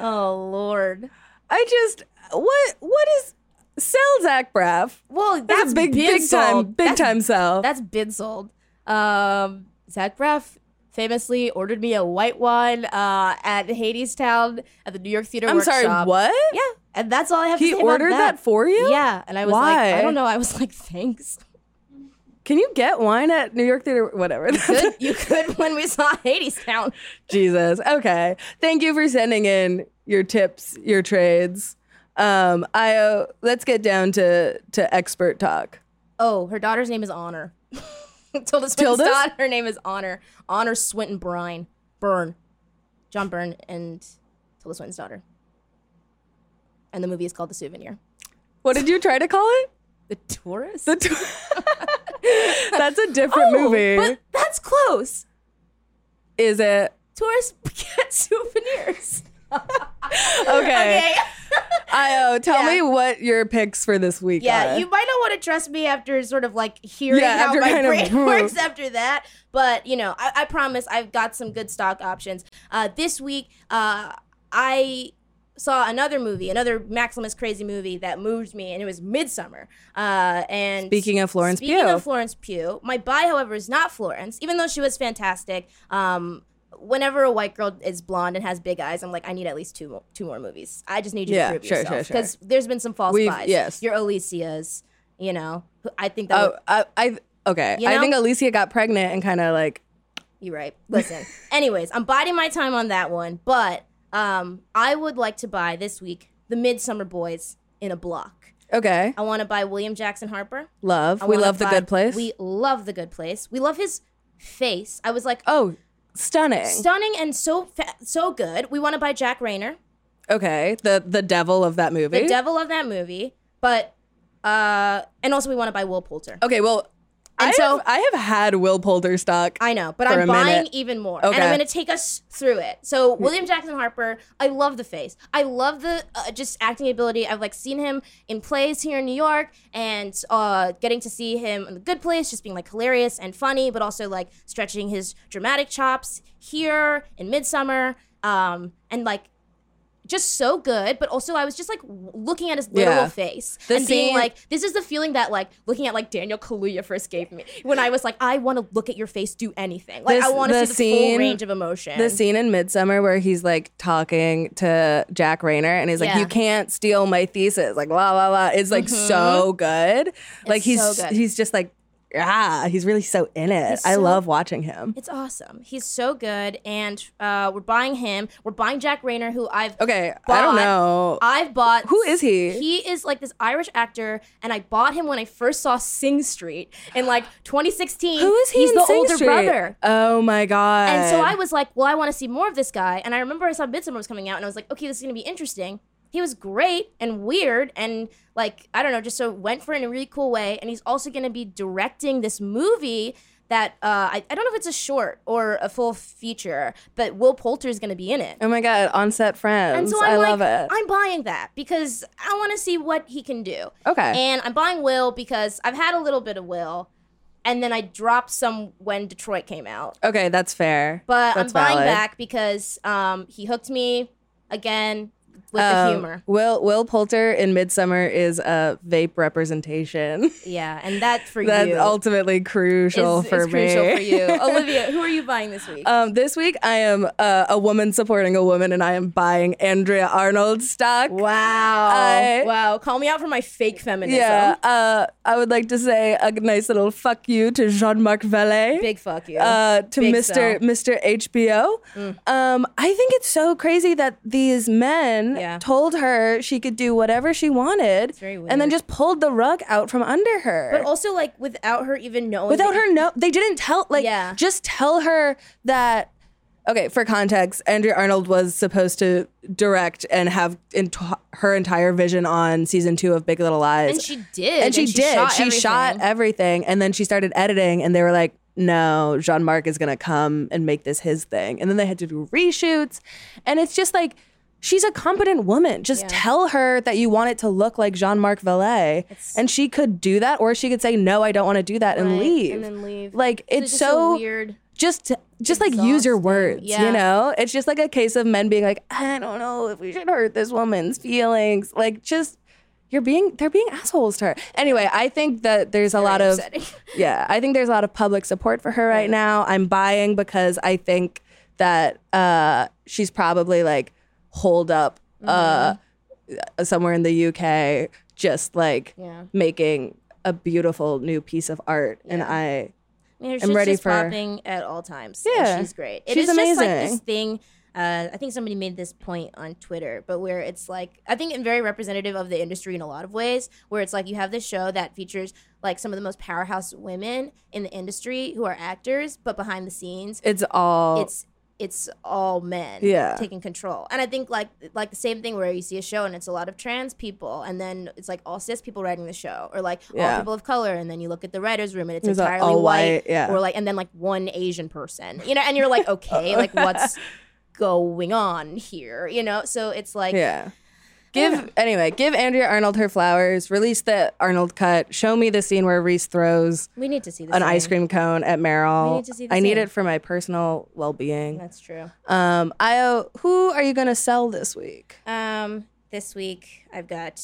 [SPEAKER 4] Oh, Lord.
[SPEAKER 3] I just what what is sell Zach Braff?
[SPEAKER 4] Well, that's,
[SPEAKER 3] That's, a big
[SPEAKER 4] been
[SPEAKER 3] big time
[SPEAKER 4] sold.
[SPEAKER 3] big
[SPEAKER 4] that's,
[SPEAKER 3] time sell.
[SPEAKER 4] That's been sold. Um, Zach Braff famously ordered me a white wine uh, at Hadestown at the New York Theater
[SPEAKER 3] I'm sorry,
[SPEAKER 4] Workshop.
[SPEAKER 3] what?
[SPEAKER 4] Yeah, and that's all I have
[SPEAKER 3] He
[SPEAKER 4] to say
[SPEAKER 3] ordered
[SPEAKER 4] about
[SPEAKER 3] that.
[SPEAKER 4] that.
[SPEAKER 3] for you?
[SPEAKER 4] Yeah, and I was like,
[SPEAKER 3] Why?
[SPEAKER 4] I don't know. I was like, thanks.
[SPEAKER 3] Can you get wine at New York Theater? Whatever.
[SPEAKER 4] Good, you could when we saw Hadestown.
[SPEAKER 3] Jesus. Okay. Thank you for sending in your tips, your trades. Um, I uh, let's get down to to expert talk.
[SPEAKER 4] Oh, her daughter's name is Honor. Tilda Swinton's
[SPEAKER 3] Tilda's?
[SPEAKER 4] daughter. Her name is Honor. Honor Swinton Brine. Byrne. John Byrne and Tilda Swinton's daughter. And the movie is called The Souvenir.
[SPEAKER 3] What did you try to call it?
[SPEAKER 4] The Tourist?
[SPEAKER 3] The tw- That's a different movie.
[SPEAKER 4] Oh, But that's close.
[SPEAKER 3] Is it?
[SPEAKER 4] Tourists get souvenirs.
[SPEAKER 3] Okay. Io, tell
[SPEAKER 4] Yeah.
[SPEAKER 3] me what your picks for this week
[SPEAKER 4] Yeah,
[SPEAKER 3] are.
[SPEAKER 4] you might not want to trust me after sort of like hearing
[SPEAKER 3] Yeah,
[SPEAKER 4] how
[SPEAKER 3] after
[SPEAKER 4] my
[SPEAKER 3] kind of-
[SPEAKER 4] brain works after that. But you know, I, I promise I've got some good stock options. Uh, this week, uh, I saw another movie, another Maximus crazy movie that moved me, and it was Midsummer. Uh, and
[SPEAKER 3] Speaking of Florence
[SPEAKER 4] speaking
[SPEAKER 3] Pugh.
[SPEAKER 4] of Florence Pugh, my buy, however, is not Florence, even though she was fantastic. Um, whenever a white girl is blonde and has big eyes, I'm like, I need at least two more, two more movies. I just need you
[SPEAKER 3] Yeah,
[SPEAKER 4] to prove
[SPEAKER 3] sure,
[SPEAKER 4] yourself
[SPEAKER 3] sure, sure.
[SPEAKER 4] because there's been some false
[SPEAKER 3] We've-
[SPEAKER 4] buys.
[SPEAKER 3] yes.
[SPEAKER 4] your Alicia's, you know. who- I think that
[SPEAKER 3] Oh,
[SPEAKER 4] would,
[SPEAKER 3] I, I okay.
[SPEAKER 4] You
[SPEAKER 3] I
[SPEAKER 4] know?
[SPEAKER 3] think Alicia got pregnant and kind of like
[SPEAKER 4] you're right. Listen, anyways, I'm biding my time on that one, but um, I would like to buy this week the Midsummer Boys in a block.
[SPEAKER 3] okay,
[SPEAKER 4] I want to buy William Jackson Harper.
[SPEAKER 3] love.
[SPEAKER 4] I
[SPEAKER 3] we
[SPEAKER 4] wanna
[SPEAKER 3] love the
[SPEAKER 4] buy-
[SPEAKER 3] good place.
[SPEAKER 4] We love the good place. We love his face. I was like,
[SPEAKER 3] oh, stunning.
[SPEAKER 4] stunning and so fa- so good. We want to buy Jack Rayner,
[SPEAKER 3] okay, the the devil of that movie.
[SPEAKER 4] the devil of that movie, but uh, and also we want to buy Will Poulter.
[SPEAKER 3] okay, well, I
[SPEAKER 4] And so-
[SPEAKER 3] have, I have had Will Poulter stock.
[SPEAKER 4] I know, but
[SPEAKER 3] For
[SPEAKER 4] I'm
[SPEAKER 3] a
[SPEAKER 4] buying
[SPEAKER 3] minute.
[SPEAKER 4] even more, and
[SPEAKER 3] Okay.
[SPEAKER 4] I'm going to take us through it. So William Jackson Harper, I love the face. I love the uh, just acting ability. I've like seen him in plays here in New York, and uh, getting to see him in the Good Place, just being like hilarious and funny, but also like stretching his dramatic chops here in Midsummer, um, and like just so good. But also, I was just like w- looking at his literal
[SPEAKER 3] Yeah.
[SPEAKER 4] face
[SPEAKER 3] The
[SPEAKER 4] and being
[SPEAKER 3] scene-
[SPEAKER 4] like, this is the feeling that like looking at like Daniel Kaluuya first gave me when I was like, I want to look at your face do anything. Like
[SPEAKER 3] This-
[SPEAKER 4] I want to
[SPEAKER 3] the
[SPEAKER 4] see the full
[SPEAKER 3] scene-
[SPEAKER 4] range of emotion.
[SPEAKER 3] The scene in Midsummer where he's like talking to Jack Rayner and he's like,
[SPEAKER 4] Yeah.
[SPEAKER 3] "You can't steal my thesis," like la la la. It's like so good. like he's
[SPEAKER 4] Mm-hmm. so good.
[SPEAKER 3] he's just like, ah, he's really so in it.
[SPEAKER 4] He's
[SPEAKER 3] I
[SPEAKER 4] so-
[SPEAKER 3] love watching him.
[SPEAKER 4] it's awesome. He's so good, and uh, we're buying him. We're buying Jack Rayner, who I've
[SPEAKER 3] Okay, I don't
[SPEAKER 4] bought-
[SPEAKER 3] know.
[SPEAKER 4] I've bought.
[SPEAKER 3] Who is he?
[SPEAKER 4] He is like this Irish actor, and I bought him when I first saw Sing Street in like 2016.
[SPEAKER 3] Who is he?
[SPEAKER 4] He's
[SPEAKER 3] in
[SPEAKER 4] the
[SPEAKER 3] Sing
[SPEAKER 4] older
[SPEAKER 3] Street?
[SPEAKER 4] brother.
[SPEAKER 3] Oh my god!
[SPEAKER 4] And so I was like, well, I want to see more of this guy. And I remember I saw Midsummer was coming out, and I was like, okay, this is gonna be interesting. He was great and weird, and like I don't know, just so went for it in a really cool way. And he's also gonna be directing this movie that uh, I, I don't know if it's a short or a full feature, but Will Poulter is gonna be in it.
[SPEAKER 3] oh my god, on set friends.
[SPEAKER 4] And so
[SPEAKER 3] I
[SPEAKER 4] I'm like,
[SPEAKER 3] love it.
[SPEAKER 4] I'm buying that because I want to see what he can do.
[SPEAKER 3] Okay.
[SPEAKER 4] And I'm buying Will because I've had a little bit of Will, and then I dropped some when Detroit came out.
[SPEAKER 3] okay, that's fair.
[SPEAKER 4] But
[SPEAKER 3] That's
[SPEAKER 4] I'm buying
[SPEAKER 3] valid.
[SPEAKER 4] back because um, he hooked me again. with
[SPEAKER 3] Uh,
[SPEAKER 4] the humor.
[SPEAKER 3] Will Will Poulter in Midsummer is a vape representation.
[SPEAKER 4] Yeah, and that for
[SPEAKER 3] That's
[SPEAKER 4] you
[SPEAKER 3] ultimately crucial
[SPEAKER 4] is,
[SPEAKER 3] for
[SPEAKER 4] is
[SPEAKER 3] me.
[SPEAKER 4] crucial for you, Oh, Olivia. Who are you buying this week?
[SPEAKER 3] Um, this week I am uh, a woman supporting a woman, and I am buying Andrea Arnold stock.
[SPEAKER 4] wow,
[SPEAKER 3] I-
[SPEAKER 4] wow. Call me out for my fake feminism.
[SPEAKER 3] Yeah, uh, I would like to say a nice little fuck you to Jean-Marc Vallée.
[SPEAKER 4] Big fuck you.
[SPEAKER 3] uh, to
[SPEAKER 4] Big
[SPEAKER 3] Mr.
[SPEAKER 4] sell. Mm.
[SPEAKER 3] Mr. HBO. Um, I think it's so crazy that these men
[SPEAKER 4] Yeah.
[SPEAKER 3] told her she could do whatever she wanted,
[SPEAKER 4] very
[SPEAKER 3] and then
[SPEAKER 4] weird.
[SPEAKER 3] just pulled the rug out from under her.
[SPEAKER 4] but also like without her even knowing.
[SPEAKER 3] Without
[SPEAKER 4] that-
[SPEAKER 3] her, no, they didn't tell. Like,
[SPEAKER 4] Yeah.
[SPEAKER 3] just tell her that. Okay, for context, Andrea Arnold was supposed to direct and have ent- her entire vision on season two of Big Little Lies,
[SPEAKER 4] and she did,
[SPEAKER 3] and she, did.
[SPEAKER 4] Shot
[SPEAKER 3] she shot
[SPEAKER 4] everything.
[SPEAKER 3] everything, and then she started editing, and they were like, "No, Jean Marc is gonna come and make this his thing." And then they had to do reshoots, and it's just like. She's a competent woman. Just tell her that you want it to look like Jean Marc Vallée. And she could do that, or she could say, No, I don't want to do that and
[SPEAKER 4] Right,
[SPEAKER 3] leave.
[SPEAKER 4] and then leave.
[SPEAKER 3] Like,
[SPEAKER 4] So
[SPEAKER 3] it's
[SPEAKER 4] just a
[SPEAKER 3] so
[SPEAKER 4] weird.
[SPEAKER 3] just just like use your
[SPEAKER 4] exhausting.
[SPEAKER 3] words
[SPEAKER 4] Yeah.
[SPEAKER 3] you know it's just like a case of men being like i don't know if we should hurt this woman's feelings like just you're being they're being assholes to her anyway i think that there's a lot of
[SPEAKER 4] upsetting.
[SPEAKER 3] yeah i think there's a lot of public support for her right now i'm buying because i think that uh she's probably like holed up uh somewhere in the uk just like
[SPEAKER 4] Mm-hmm. Yeah.
[SPEAKER 3] making a beautiful new piece of art and i
[SPEAKER 4] I mean, her
[SPEAKER 3] I'm
[SPEAKER 4] shit's
[SPEAKER 3] ready
[SPEAKER 4] just
[SPEAKER 3] for-
[SPEAKER 4] popping at all times. and
[SPEAKER 3] Yeah.
[SPEAKER 4] she's great. It
[SPEAKER 3] She's
[SPEAKER 4] is just like this
[SPEAKER 3] amazing.
[SPEAKER 4] thing. Uh, I think somebody made this point on Twitter, but where it's like I think it's very representative of the industry in a lot of ways. Where it's like you have this show that features like some of the most powerhouse women in the industry who are actors, but behind the scenes,
[SPEAKER 3] it's all
[SPEAKER 4] it's it's all men
[SPEAKER 3] Oh. Yeah.
[SPEAKER 4] taking control and i think like like the same thing where you see a show and it's a lot of trans people and then it's like all cis people writing the show or like all
[SPEAKER 3] Yeah.
[SPEAKER 4] people of color and then you look at the writers room and it's
[SPEAKER 3] It's all-
[SPEAKER 4] entirely
[SPEAKER 3] all
[SPEAKER 4] white,
[SPEAKER 3] white, yeah.
[SPEAKER 4] or like and then like one asian person you know and you're like okay like what's going on here you know so it's like
[SPEAKER 3] Yeah. Give anyway. Give Andrea Arnold her flowers. Release the Arnold cut. Show me the scene where Reese throws
[SPEAKER 4] we need to see this
[SPEAKER 3] an ice
[SPEAKER 4] thing.
[SPEAKER 3] cream cone at Meryl.
[SPEAKER 4] We need to see the
[SPEAKER 3] I need
[SPEAKER 4] scene.
[SPEAKER 3] it for my personal well-being.
[SPEAKER 4] that's true
[SPEAKER 3] Um, Io, who are you gonna sell this week?
[SPEAKER 4] um this week i've got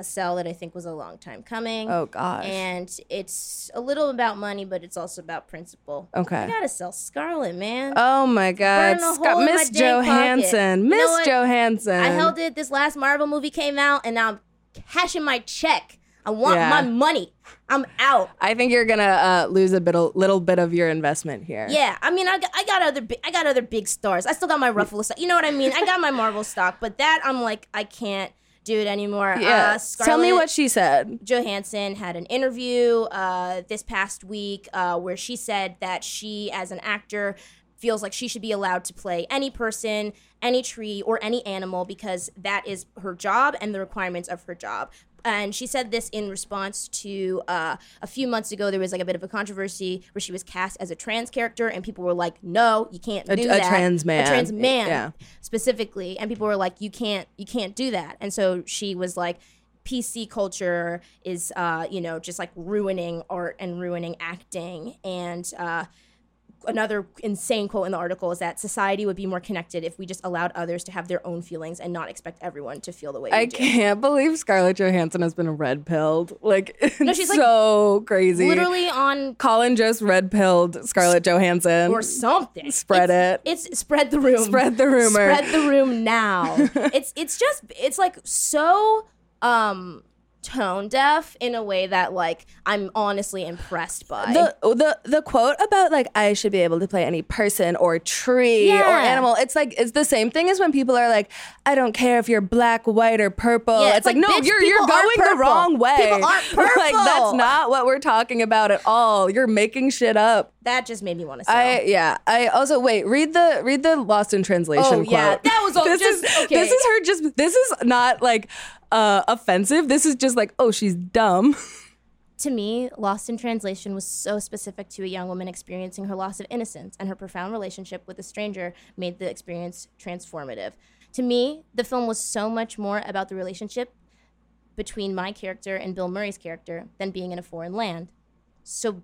[SPEAKER 4] a cell that i think was a long time coming
[SPEAKER 3] Oh gosh.
[SPEAKER 4] and it's a little about money, but it's also about principle. I
[SPEAKER 3] okay.
[SPEAKER 4] gotta sell Scarlet, man.
[SPEAKER 3] Oh my God,
[SPEAKER 4] Burn a
[SPEAKER 3] Scott,
[SPEAKER 4] hole in my
[SPEAKER 3] Miss
[SPEAKER 4] dang pocket.
[SPEAKER 3] Johansson,
[SPEAKER 4] You know
[SPEAKER 3] Miss
[SPEAKER 4] what?
[SPEAKER 3] Johansson.
[SPEAKER 4] I held it. This last Marvel movie came out, and now I'm cashing my check. I want
[SPEAKER 3] Yeah.
[SPEAKER 4] my money. I'm out.
[SPEAKER 3] I think you're gonna uh, lose a bit, a little bit of your investment here.
[SPEAKER 4] Yeah, I mean, I got, I got other, bi- I got other big stars. I still got my Ruffalo stock. You know what I mean? I got my Marvel stock, but that I'm like, I can't do it anymore.
[SPEAKER 3] Yeah.
[SPEAKER 4] Uh,
[SPEAKER 3] Tell me
[SPEAKER 4] Scarlett-
[SPEAKER 3] what she said.
[SPEAKER 4] Johansson had an interview uh, this past week uh, where she said that she, as an actor, feels like she should be allowed to play any person, any tree, or any animal because that is her job and the requirements of her job. And she said this in response to uh, a few months ago. There was like a bit of a controversy where she was cast as a trans character, and people were like, "No, you can't
[SPEAKER 3] A-
[SPEAKER 4] do
[SPEAKER 3] a
[SPEAKER 4] that."
[SPEAKER 3] trans man.
[SPEAKER 4] a trans man,
[SPEAKER 3] Yeah.
[SPEAKER 4] specifically." And people were like, "You can't, you can't do that." And so she was like, PC culture is, uh, you know, just like ruining art and ruining acting. And uh, another insane quote in the article is that society would be more connected if we just allowed others to have their own feelings and not expect everyone to feel the way we
[SPEAKER 3] I
[SPEAKER 4] do.
[SPEAKER 3] can't believe Scarlett Johansson has been red pilled. Like, it's
[SPEAKER 4] she's, like,
[SPEAKER 3] so crazy.
[SPEAKER 4] Literally on
[SPEAKER 3] Colin just red pilled Scarlett Johansson.
[SPEAKER 4] or something.
[SPEAKER 3] Spread
[SPEAKER 4] It's-
[SPEAKER 3] it.
[SPEAKER 4] It's spread the room.
[SPEAKER 3] Spread the rumor.
[SPEAKER 4] Spread the room now. it's it's just it's like so um tone deaf in a way that like I'm honestly impressed by.
[SPEAKER 3] the the the quote about like I should be able to play any person or tree
[SPEAKER 4] Yeah.
[SPEAKER 3] or animal. It's like it's the same thing as when people are like, I don't care if you're black, white, or purple.
[SPEAKER 4] Yeah,
[SPEAKER 3] it's,
[SPEAKER 4] it's
[SPEAKER 3] like,
[SPEAKER 4] like,
[SPEAKER 3] no,
[SPEAKER 4] bitch,
[SPEAKER 3] you're you're
[SPEAKER 4] people aren't
[SPEAKER 3] going the
[SPEAKER 4] purple.
[SPEAKER 3] wrong way.
[SPEAKER 4] People aren't
[SPEAKER 3] like that's
[SPEAKER 4] purple.
[SPEAKER 3] not what we're talking about at all. You're making shit up.
[SPEAKER 4] that just made me want to
[SPEAKER 3] I
[SPEAKER 4] say.
[SPEAKER 3] yeah. I also wait. Read the read the Lost in Translation.
[SPEAKER 4] Oh,
[SPEAKER 3] quote.
[SPEAKER 4] yeah. That was all
[SPEAKER 3] this
[SPEAKER 4] just-
[SPEAKER 3] is,
[SPEAKER 4] okay.
[SPEAKER 3] This is her just. This is not like uh offensive. This is just like oh she's dumb.
[SPEAKER 4] To me, Lost in Translation was so specific to a young woman experiencing her loss of innocence, and her profound relationship with a stranger made the experience transformative. To me, the film was so much more about the relationship between my character and Bill Murray's character than being in a foreign land. So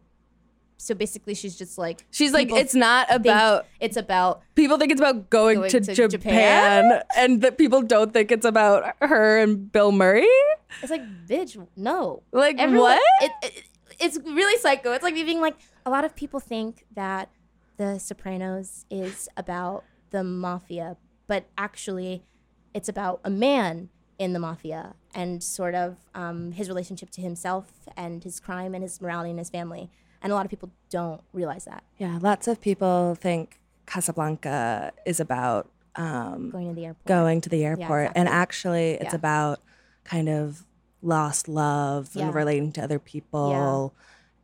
[SPEAKER 4] so basically she's just like
[SPEAKER 3] She's like,
[SPEAKER 4] people
[SPEAKER 3] it's not
[SPEAKER 4] think
[SPEAKER 3] about
[SPEAKER 4] it's about
[SPEAKER 3] people think it's about going,
[SPEAKER 4] Going
[SPEAKER 3] to,
[SPEAKER 4] to
[SPEAKER 3] Japan,
[SPEAKER 4] Japan?
[SPEAKER 3] and that people don't think it's about her and Bill Murray.
[SPEAKER 4] it's like bitch no
[SPEAKER 3] Like
[SPEAKER 4] Everyone-
[SPEAKER 3] what?
[SPEAKER 4] It, it, it's really psycho. It's like me being like, a lot of people think that The Sopranos is about the mafia, but actually, it's about a man in the mafia and sort of um, his relationship to himself and his crime and his morality and his family. And a lot of people don't realize that
[SPEAKER 3] yeah, lots of people think Casablanca is about um,
[SPEAKER 4] going to the airport.
[SPEAKER 3] going to the airport and actually it's
[SPEAKER 4] Yeah.
[SPEAKER 3] about kind of lost love
[SPEAKER 4] Yeah.
[SPEAKER 3] and relating to other people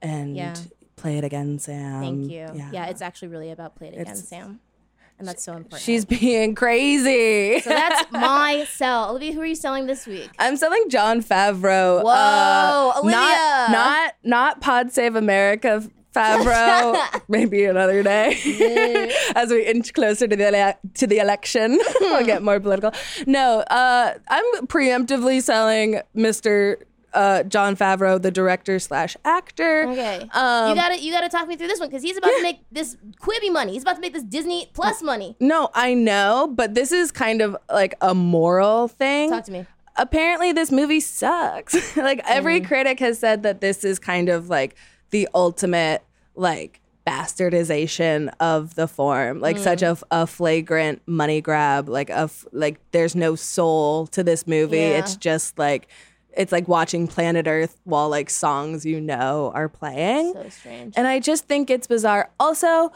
[SPEAKER 3] and
[SPEAKER 4] Yeah.
[SPEAKER 3] play it again sam
[SPEAKER 4] Thank you. Yeah. it's actually really about play it again,
[SPEAKER 3] It's-
[SPEAKER 4] Sam. And that's so important.
[SPEAKER 3] she's being crazy
[SPEAKER 4] so that's my sell. Olivia, who are you selling this week?
[SPEAKER 3] I'm selling John Favreau. uh,
[SPEAKER 4] Whoa, Olivia.
[SPEAKER 3] Not, not not Pod Save America Favreau. Maybe another day, as we inch closer to the ele- to the election, we'll get more political. No, uh, I'm preemptively selling Mr. Uh, John Favreau, the director slash actor.
[SPEAKER 4] Okay. you
[SPEAKER 3] Um,
[SPEAKER 4] gotta you gotta talk me through this one because he's about to make this Quibi money. He's about to make this Disney Plus money.
[SPEAKER 3] no, I know, but this is kind of like a moral thing.
[SPEAKER 4] Talk to me.
[SPEAKER 3] apparently this movie sucks. like
[SPEAKER 4] Mm.
[SPEAKER 3] every critic has said that this is kind of like the ultimate like bastardization of the form.
[SPEAKER 4] Mm.
[SPEAKER 3] Like such a, a flagrant money grab. Like a f- like there's no soul to this movie.
[SPEAKER 4] Yeah.
[SPEAKER 3] It's just like it's like watching Planet Earth while like songs you know are playing.
[SPEAKER 4] So strange.
[SPEAKER 3] And I just think it's bizarre. Also,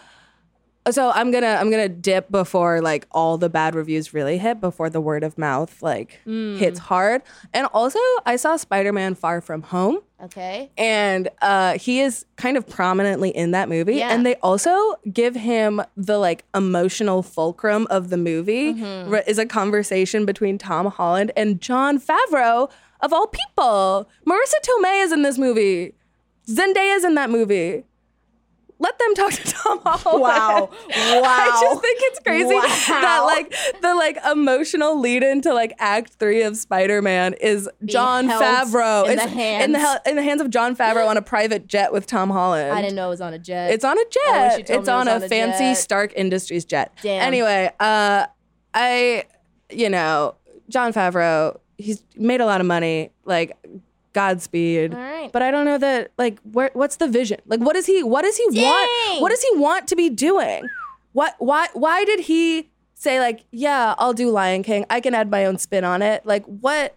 [SPEAKER 3] so I'm gonna I'm gonna dip before like all the bad reviews really hit before the word of mouth like hits hard. And also, I saw Spider-Man Far From Home,
[SPEAKER 4] Okay.
[SPEAKER 3] and uh, he is kind of prominently in that movie.
[SPEAKER 4] Yeah.
[SPEAKER 3] And they also give him the like emotional fulcrum of the movie
[SPEAKER 4] Mm-hmm.
[SPEAKER 3] re- is a conversation between Tom Holland and John Favreau of all people. Marissa Tomei is in this movie. Zendaya is in that movie. Let them talk to Tom Holland.
[SPEAKER 4] Wow.
[SPEAKER 3] I
[SPEAKER 4] Wow.
[SPEAKER 3] just think it's crazy that
[SPEAKER 4] Wow.
[SPEAKER 3] like the like emotional lead into like act three of Spider-Man is John
[SPEAKER 4] held
[SPEAKER 3] Favreau.
[SPEAKER 4] in
[SPEAKER 3] It's
[SPEAKER 4] the hands.
[SPEAKER 3] in the hel- in the hands of John Favreau on a private jet with Tom Holland.
[SPEAKER 4] I didn't know it was on a jet.
[SPEAKER 3] It's on a
[SPEAKER 4] I wish you
[SPEAKER 3] jet.
[SPEAKER 4] told
[SPEAKER 3] It's
[SPEAKER 4] me it
[SPEAKER 3] on
[SPEAKER 4] was
[SPEAKER 3] a
[SPEAKER 4] on a
[SPEAKER 3] fancy
[SPEAKER 4] jet.
[SPEAKER 3] Stark Industries jet.
[SPEAKER 4] Damn.
[SPEAKER 3] Anyway, uh, I, you know, John Favreau, he's made a lot of money. Like, Godspeed.
[SPEAKER 4] All right.
[SPEAKER 3] But I don't know that. Like, where, what's the vision? Like, what does he? What does he
[SPEAKER 4] Dang!
[SPEAKER 3] want? What does he want to be doing? What? Why? Why did he say like, yeah, I'll do Lion King. I can add my own spin on it. Like, what?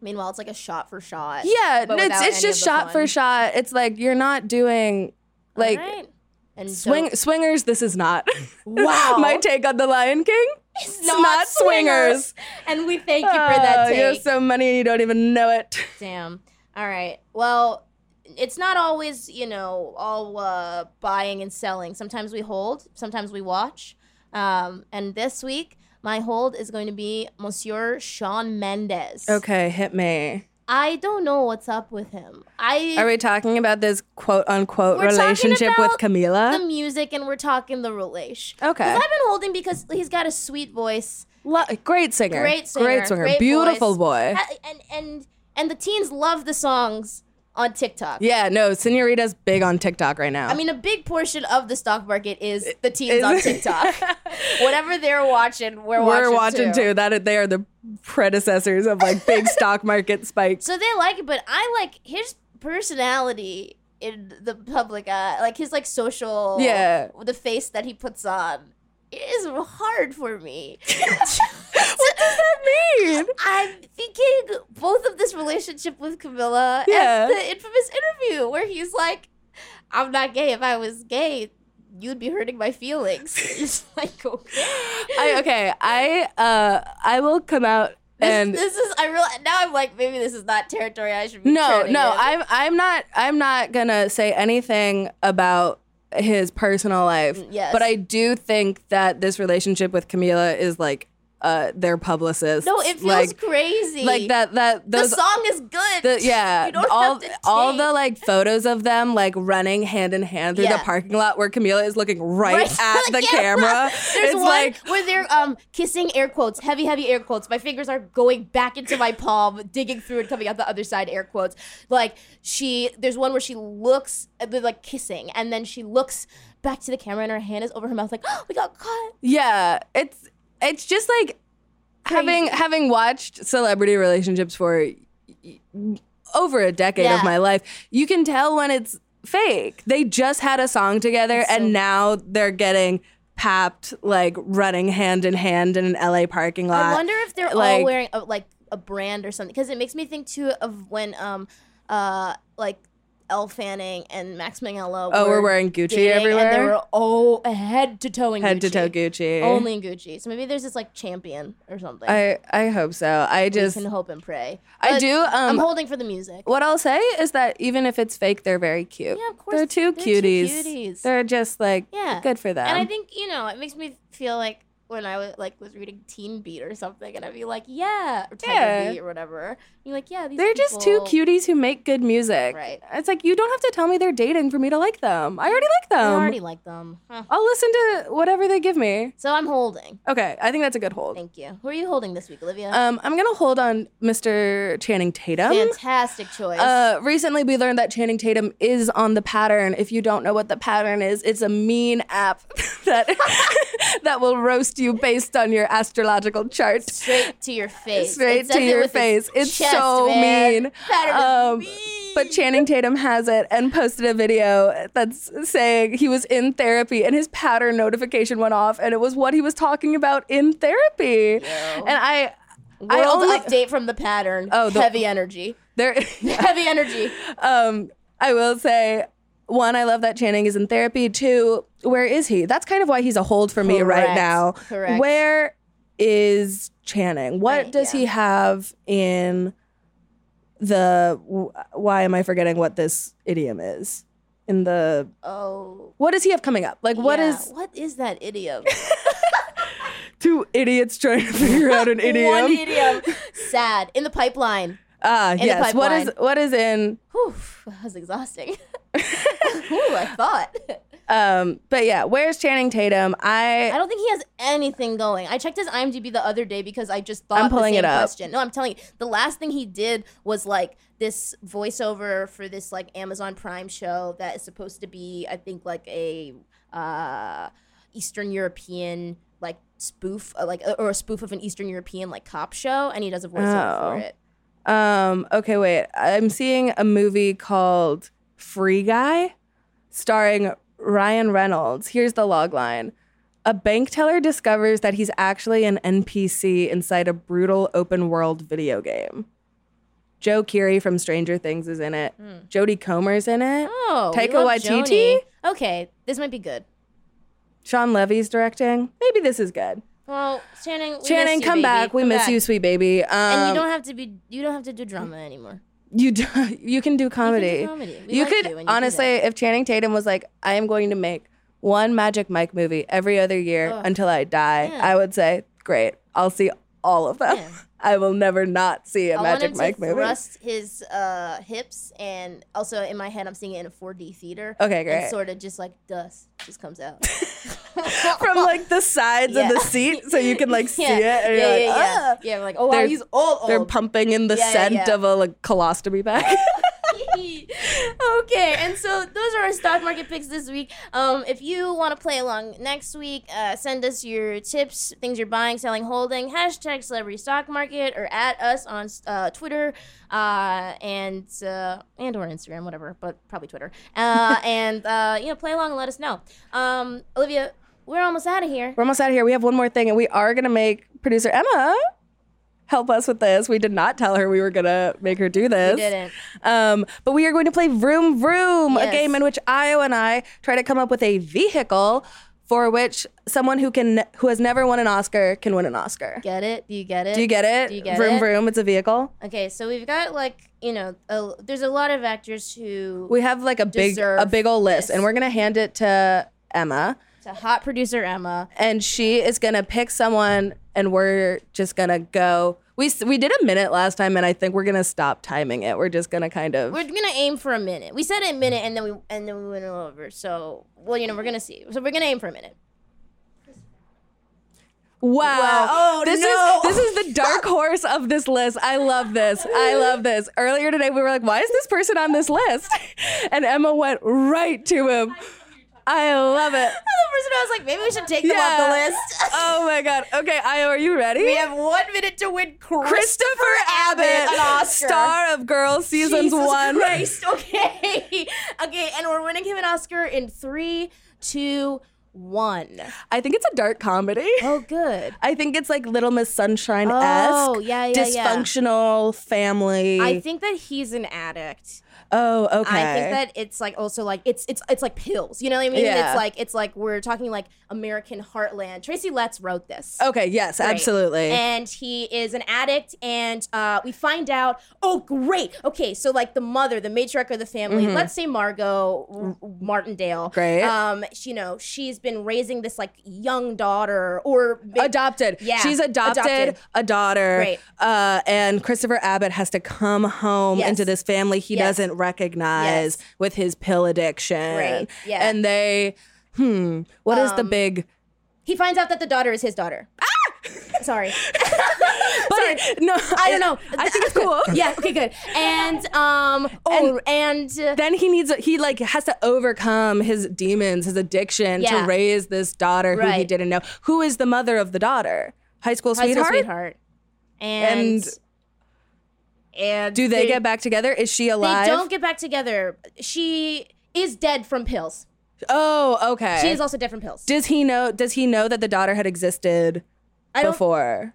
[SPEAKER 4] Meanwhile, it's like a shot for shot.
[SPEAKER 3] Yeah,
[SPEAKER 4] uh, but
[SPEAKER 3] no, it's
[SPEAKER 4] without
[SPEAKER 3] it's
[SPEAKER 4] any
[SPEAKER 3] just
[SPEAKER 4] of the
[SPEAKER 3] shot for
[SPEAKER 4] fun.
[SPEAKER 3] shot. It's like you're not doing like
[SPEAKER 4] All right. And
[SPEAKER 3] swing
[SPEAKER 4] don't-
[SPEAKER 3] swingers. This is not.
[SPEAKER 4] Wow.
[SPEAKER 3] my take on the Lion King.
[SPEAKER 4] It's
[SPEAKER 3] not swingers.
[SPEAKER 4] And we thank you for that
[SPEAKER 3] Oh,
[SPEAKER 4] take.
[SPEAKER 3] You have so many and you don't even know it.
[SPEAKER 4] Damn. All right. Well, it's not always, you know, all uh, buying and selling. Sometimes we hold, sometimes we watch. Um, and this week, my hold is going to be Monsieur Sean Mendez.
[SPEAKER 3] Okay, hit me.
[SPEAKER 4] I don't know what's up with him. I
[SPEAKER 3] Are we talking about this quote unquote
[SPEAKER 4] We're talking
[SPEAKER 3] relationship with
[SPEAKER 4] about
[SPEAKER 3] Camila?
[SPEAKER 4] the music and we're talking the relation.
[SPEAKER 3] Okay.
[SPEAKER 4] I've been holding because he's got a sweet voice.
[SPEAKER 3] Lo- great singer.
[SPEAKER 4] Great singer.
[SPEAKER 3] Great singer.
[SPEAKER 4] Great
[SPEAKER 3] Beautiful boy.
[SPEAKER 4] Ha- And and and the teens love the songs on TikTok.
[SPEAKER 3] Yeah, no, Senorita's big on TikTok right now.
[SPEAKER 4] I mean, a big portion of the stock market is the teens on TikTok. Whatever they're watching, we're,
[SPEAKER 3] we're
[SPEAKER 4] watching,
[SPEAKER 3] watching too. That they are the predecessors of like big stock market spikes.
[SPEAKER 4] So they like it, but I like his personality in the public eye, like his like social,
[SPEAKER 3] Yeah.
[SPEAKER 4] the face that he puts on. It is hard for me.
[SPEAKER 3] I mean,
[SPEAKER 4] I'm thinking both of this relationship with Camilla
[SPEAKER 3] Yeah.
[SPEAKER 4] and the infamous interview where he's like, I'm not gay. If I was gay, you'd be hurting my feelings. it's like, okay.
[SPEAKER 3] I, okay, I uh, I will come out and
[SPEAKER 4] this, this is I real now I'm like maybe this is not territory I should be
[SPEAKER 3] no,
[SPEAKER 4] treading
[SPEAKER 3] no,
[SPEAKER 4] in.
[SPEAKER 3] I'm I'm not I'm not gonna say anything about his personal life.
[SPEAKER 4] Mm, yes.
[SPEAKER 3] but I do think that this relationship with Camila is like uh, their publicists.
[SPEAKER 4] No, it feels
[SPEAKER 3] like,
[SPEAKER 4] crazy.
[SPEAKER 3] Like that. That
[SPEAKER 4] The
[SPEAKER 3] those.
[SPEAKER 4] song is good.
[SPEAKER 3] the- yeah,
[SPEAKER 4] You don't
[SPEAKER 3] all
[SPEAKER 4] have to
[SPEAKER 3] all
[SPEAKER 4] take-
[SPEAKER 3] the like photos of them like running hand in hand through
[SPEAKER 4] Yeah.
[SPEAKER 3] the parking lot where Camila is looking right,
[SPEAKER 4] Right
[SPEAKER 3] at
[SPEAKER 4] to
[SPEAKER 3] the camera.
[SPEAKER 4] There's
[SPEAKER 3] it's
[SPEAKER 4] one
[SPEAKER 3] like
[SPEAKER 4] where they're um kissing air quotes, heavy, heavy air quotes. My fingers are going back into my palm, digging through and coming out the other side, air quotes. Like she there's one where she looks they're like kissing and then she looks back to the camera and her hand is over her mouth like, oh, we got caught.
[SPEAKER 3] Yeah, it's it's just like having having watched celebrity relationships for y- y- over a decade
[SPEAKER 4] Yeah.
[SPEAKER 3] of my life. You can tell when it's fake. They just had a song together and now they're getting papped like running hand in hand in an LA parking lot.
[SPEAKER 4] I wonder if they're all
[SPEAKER 3] Uh, like-
[SPEAKER 4] wearing a, like a brand or something because it makes me think too of when um uh like Elle Fanning and Max Minghella.
[SPEAKER 3] oh, we're
[SPEAKER 4] were
[SPEAKER 3] wearing Gucci
[SPEAKER 4] dating,
[SPEAKER 3] everywhere.
[SPEAKER 4] and they were all head to toe in
[SPEAKER 3] Head to
[SPEAKER 4] Gucci.
[SPEAKER 3] toe Gucci.
[SPEAKER 4] Only in Gucci. So maybe there's this like champion or something.
[SPEAKER 3] I I hope so. I
[SPEAKER 4] we
[SPEAKER 3] just
[SPEAKER 4] can hope and pray.
[SPEAKER 3] I
[SPEAKER 4] But
[SPEAKER 3] do um
[SPEAKER 4] I'm holding for the music.
[SPEAKER 3] what I'll say is that even if it's fake, they're very cute.
[SPEAKER 4] Yeah, of course,
[SPEAKER 3] They're two
[SPEAKER 4] they're two
[SPEAKER 3] cuties.
[SPEAKER 4] cuties.
[SPEAKER 3] They're just like
[SPEAKER 4] Yeah.
[SPEAKER 3] good for them.
[SPEAKER 4] And I think you know it makes me feel like when I was like was reading Teen Beat or something, and I'd be like, yeah, or Tiger
[SPEAKER 3] Yeah.
[SPEAKER 4] Beat or whatever. You're like, yeah, these
[SPEAKER 3] they're just two
[SPEAKER 4] people-
[SPEAKER 3] cuties who make good music.
[SPEAKER 4] Right.
[SPEAKER 3] It's like you don't have to tell me they're dating for me to like them. I already like them.
[SPEAKER 4] I already like them. Huh.
[SPEAKER 3] will listen to whatever they give me.
[SPEAKER 4] So I'm holding.
[SPEAKER 3] Okay, I think that's a good hold.
[SPEAKER 4] Thank you. Who are you holding this week, Olivia?
[SPEAKER 3] Um, I'm gonna hold on Mr. Channing Tatum.
[SPEAKER 4] Fantastic choice.
[SPEAKER 3] Uh, recently, we learned that Channing Tatum is on the pattern. If you don't know what the pattern is, it's a mean app that that will roast you based on your astrological chart.
[SPEAKER 4] Straight to your face.
[SPEAKER 3] Straight
[SPEAKER 4] It says
[SPEAKER 3] to
[SPEAKER 4] it
[SPEAKER 3] your
[SPEAKER 4] with
[SPEAKER 3] face. It's
[SPEAKER 4] chest,
[SPEAKER 3] so
[SPEAKER 4] man.
[SPEAKER 3] mean.
[SPEAKER 4] Pattern is
[SPEAKER 3] Um,
[SPEAKER 4] mean.
[SPEAKER 3] But Channing Tatum has it and posted a video that's saying he was in therapy and his pattern notification went off and it was what he was talking about in therapy. And I, I
[SPEAKER 4] World
[SPEAKER 3] only
[SPEAKER 4] update from the pattern.
[SPEAKER 3] Oh, the-
[SPEAKER 4] heavy energy.
[SPEAKER 3] there.
[SPEAKER 4] Heavy energy.
[SPEAKER 3] um, I will say, one, I love that Channing is in therapy. Two, where is he? That's kind of why he's a hold for me right
[SPEAKER 4] Correct,
[SPEAKER 3] now.
[SPEAKER 4] correct.
[SPEAKER 3] Where is Channing? What
[SPEAKER 4] Right,
[SPEAKER 3] does
[SPEAKER 4] yeah.
[SPEAKER 3] he have in the? wh- Why am I forgetting what this idiom is? In the
[SPEAKER 4] Oh.
[SPEAKER 3] what does he have coming up? Like what
[SPEAKER 4] yeah.
[SPEAKER 3] is
[SPEAKER 4] what is that idiom?
[SPEAKER 3] two idiots trying to figure out an idiom?
[SPEAKER 4] One idiom. Sad. In the pipeline.
[SPEAKER 3] Ah,
[SPEAKER 4] the
[SPEAKER 3] yes. What is
[SPEAKER 4] pipeline.
[SPEAKER 3] what is in
[SPEAKER 4] Whew, that was exhausting. Ooh, I thought.
[SPEAKER 3] um but yeah, where's Channing Tatum? I
[SPEAKER 4] I don't think he has anything going. I checked his IMDb the other day because I just thought
[SPEAKER 3] I'm pulling
[SPEAKER 4] the
[SPEAKER 3] it
[SPEAKER 4] same
[SPEAKER 3] up.
[SPEAKER 4] question. No, I'm telling you, the last thing he did was like this voiceover for this like Amazon Prime show that is supposed to be, I think, like a uh, Eastern European like spoof, uh, like or a spoof of an Eastern European like cop show, and he does a voiceover for
[SPEAKER 3] Oh.
[SPEAKER 4] it.
[SPEAKER 3] Um, okay, wait. I'm seeing a movie called Free Guy starring Ryan Reynolds. Here's the logline. A bank teller discovers that he's actually an NPC inside a brutal open world video game. Joe Keery from Stranger Things is in it. Jodie Comer's in it.
[SPEAKER 4] Hmm. Oh, we
[SPEAKER 3] Taika
[SPEAKER 4] love
[SPEAKER 3] Waititi?
[SPEAKER 4] Joni. Okay, this might be good.
[SPEAKER 3] Sean Levy's directing. Maybe this is good.
[SPEAKER 4] Well, Channing, we miss
[SPEAKER 3] Channing,
[SPEAKER 4] you,
[SPEAKER 3] come
[SPEAKER 4] baby.
[SPEAKER 3] back. We
[SPEAKER 4] Come
[SPEAKER 3] miss
[SPEAKER 4] back.
[SPEAKER 3] you, sweet baby. Um,
[SPEAKER 4] and you don't have to be. You don't have to do drama anymore.
[SPEAKER 3] You do, you can do comedy.
[SPEAKER 4] comedy. We
[SPEAKER 3] You
[SPEAKER 4] like
[SPEAKER 3] could
[SPEAKER 4] you when you do
[SPEAKER 3] honestly, if Channing Tatum was like, "I am going to make one Magic Mike movie every other year until I die,"
[SPEAKER 4] Yeah.
[SPEAKER 3] I would say, "Great, I'll see all of them.
[SPEAKER 4] Yeah.
[SPEAKER 3] I will never not see a
[SPEAKER 4] I
[SPEAKER 3] Magic
[SPEAKER 4] want him
[SPEAKER 3] Mike
[SPEAKER 4] to
[SPEAKER 3] movie."
[SPEAKER 4] thrust his uh, hips, and also in my head, I'm seeing it in a 4D theater.
[SPEAKER 3] Okay,
[SPEAKER 4] And
[SPEAKER 3] great.
[SPEAKER 4] sort of just like dust just comes out.
[SPEAKER 3] From like the sides
[SPEAKER 4] Yeah.
[SPEAKER 3] of the seat, so you can like see it, and
[SPEAKER 4] yeah,
[SPEAKER 3] you're like,
[SPEAKER 4] yeah,
[SPEAKER 3] "Ah."
[SPEAKER 4] yeah. yeah. We're like, oh, wow,
[SPEAKER 3] They're-
[SPEAKER 4] he's old, old.
[SPEAKER 3] They're pumping in the
[SPEAKER 4] Yeah, yeah,
[SPEAKER 3] scent
[SPEAKER 4] yeah.
[SPEAKER 3] of a like, colostomy bag.
[SPEAKER 4] okay, and so those are our stock market picks this week. Um, if you want to play along next week, uh, send us your tips, things you're buying, selling, holding, hashtag celebrity stock market, or at us on uh, Twitter uh, and uh, and or Instagram, whatever, but probably Twitter. Uh, and uh, you know, play along and let us know. Um, Olivia, we're almost out of here.
[SPEAKER 3] We're almost out of here. We have one more thing, and we are gonna make producer Emma help us with this. We did not tell her we were gonna make her do this.
[SPEAKER 4] We didn't.
[SPEAKER 3] Um, but we are going to play Vroom Vroom,
[SPEAKER 4] Yes.
[SPEAKER 3] a game in which Io and I try to come up with a vehicle for which someone who can who has never won an Oscar can win an Oscar.
[SPEAKER 4] Get it? Do you get it?
[SPEAKER 3] Do you get it?
[SPEAKER 4] Do you get
[SPEAKER 3] vroom
[SPEAKER 4] it?
[SPEAKER 3] Vroom. It's a vehicle.
[SPEAKER 4] Okay, so we've got like you know, a, there's a lot of actors who
[SPEAKER 3] We have like a big a
[SPEAKER 4] Deserve
[SPEAKER 3] big old list,
[SPEAKER 4] this.
[SPEAKER 3] and we're gonna hand it to Emma,
[SPEAKER 4] to hot producer Emma.
[SPEAKER 3] and she is gonna pick someone and we're just gonna go. We s- we did a minute last time, and I think we're gonna stop timing it. We're just gonna kind of.
[SPEAKER 4] We're gonna aim for a minute. We said a minute, and then we and then we went over. So, well, you know, we're gonna see. So we're gonna aim for a minute.
[SPEAKER 3] Wow.
[SPEAKER 4] Wow. Oh,
[SPEAKER 3] this
[SPEAKER 4] no.
[SPEAKER 3] is this is the dark horse of this list. I love this. I love this. Earlier today we were like, why is this person on this list? And Emma went right to him. I love it.
[SPEAKER 4] The person I was like, maybe we should take them off
[SPEAKER 3] Yeah.
[SPEAKER 4] the list.
[SPEAKER 3] Oh my god. Okay, Io, are you ready?
[SPEAKER 4] We have one minute to win Christopher,
[SPEAKER 3] Christopher Abbott,
[SPEAKER 4] an Oscar.
[SPEAKER 3] star of Girls Seasons
[SPEAKER 4] Jesus
[SPEAKER 3] One.
[SPEAKER 4] Christ. Okay. okay, and we're winning him an Oscar in three, two, one.
[SPEAKER 3] I think it's a dark comedy.
[SPEAKER 4] Oh, good.
[SPEAKER 3] I think it's like Little Miss Sunshine esque.
[SPEAKER 4] Oh, yeah, yeah, yeah.
[SPEAKER 3] Dysfunctional family.
[SPEAKER 4] I think that he's an addict.
[SPEAKER 3] oh, okay.
[SPEAKER 4] I think that it's like also like it's it's it's like pills. You know what I mean?
[SPEAKER 3] Yeah.
[SPEAKER 4] It's like it's like we're talking like American Heartland. Tracy Letts wrote this.
[SPEAKER 3] okay, yes,
[SPEAKER 4] Great.
[SPEAKER 3] absolutely.
[SPEAKER 4] And he is an addict, and uh, we find out. Oh, great. Okay, so like the mother, the matriarch of the family, let's say Margot R- Martindale.
[SPEAKER 3] Mm-hmm. Great.
[SPEAKER 4] Um, she, you know, she's been raising this like young daughter or ma-
[SPEAKER 3] adopted.
[SPEAKER 4] Yeah,
[SPEAKER 3] she's adopted,
[SPEAKER 4] adopted.
[SPEAKER 3] a daughter.
[SPEAKER 4] Great.
[SPEAKER 3] Uh, and Christopher Abbott has to come home
[SPEAKER 4] Yes.
[SPEAKER 3] into this family he
[SPEAKER 4] Yes.
[SPEAKER 3] doesn't recognize
[SPEAKER 4] Yes.
[SPEAKER 3] with his pill addiction.
[SPEAKER 4] Great, yeah. Um,
[SPEAKER 3] And they, hmm, what is the big?
[SPEAKER 4] He finds out that the daughter is his daughter.
[SPEAKER 3] Ah!
[SPEAKER 4] Sorry.
[SPEAKER 3] But
[SPEAKER 4] Sorry.
[SPEAKER 3] it- no,
[SPEAKER 4] I don't know.
[SPEAKER 3] I think it's cool.
[SPEAKER 4] yeah. Okay. Good. And um. Oh. And, uh,
[SPEAKER 3] Then he needs he like has to overcome his demons, his addiction
[SPEAKER 4] Yeah.
[SPEAKER 3] to raise this daughter who he
[SPEAKER 4] Right.
[SPEAKER 3] didn't know. Who is the mother of the daughter? High school
[SPEAKER 4] High School
[SPEAKER 3] sweetheart.
[SPEAKER 4] sweetheart. And.
[SPEAKER 3] And-
[SPEAKER 4] and
[SPEAKER 3] Do they, get back together? Is she alive?
[SPEAKER 4] They don't get back together. She is dead from pills.
[SPEAKER 3] oh, okay.
[SPEAKER 4] She is also dead from pills.
[SPEAKER 3] Does he know? Does he know that the daughter had existed
[SPEAKER 4] I don't.
[SPEAKER 3] before?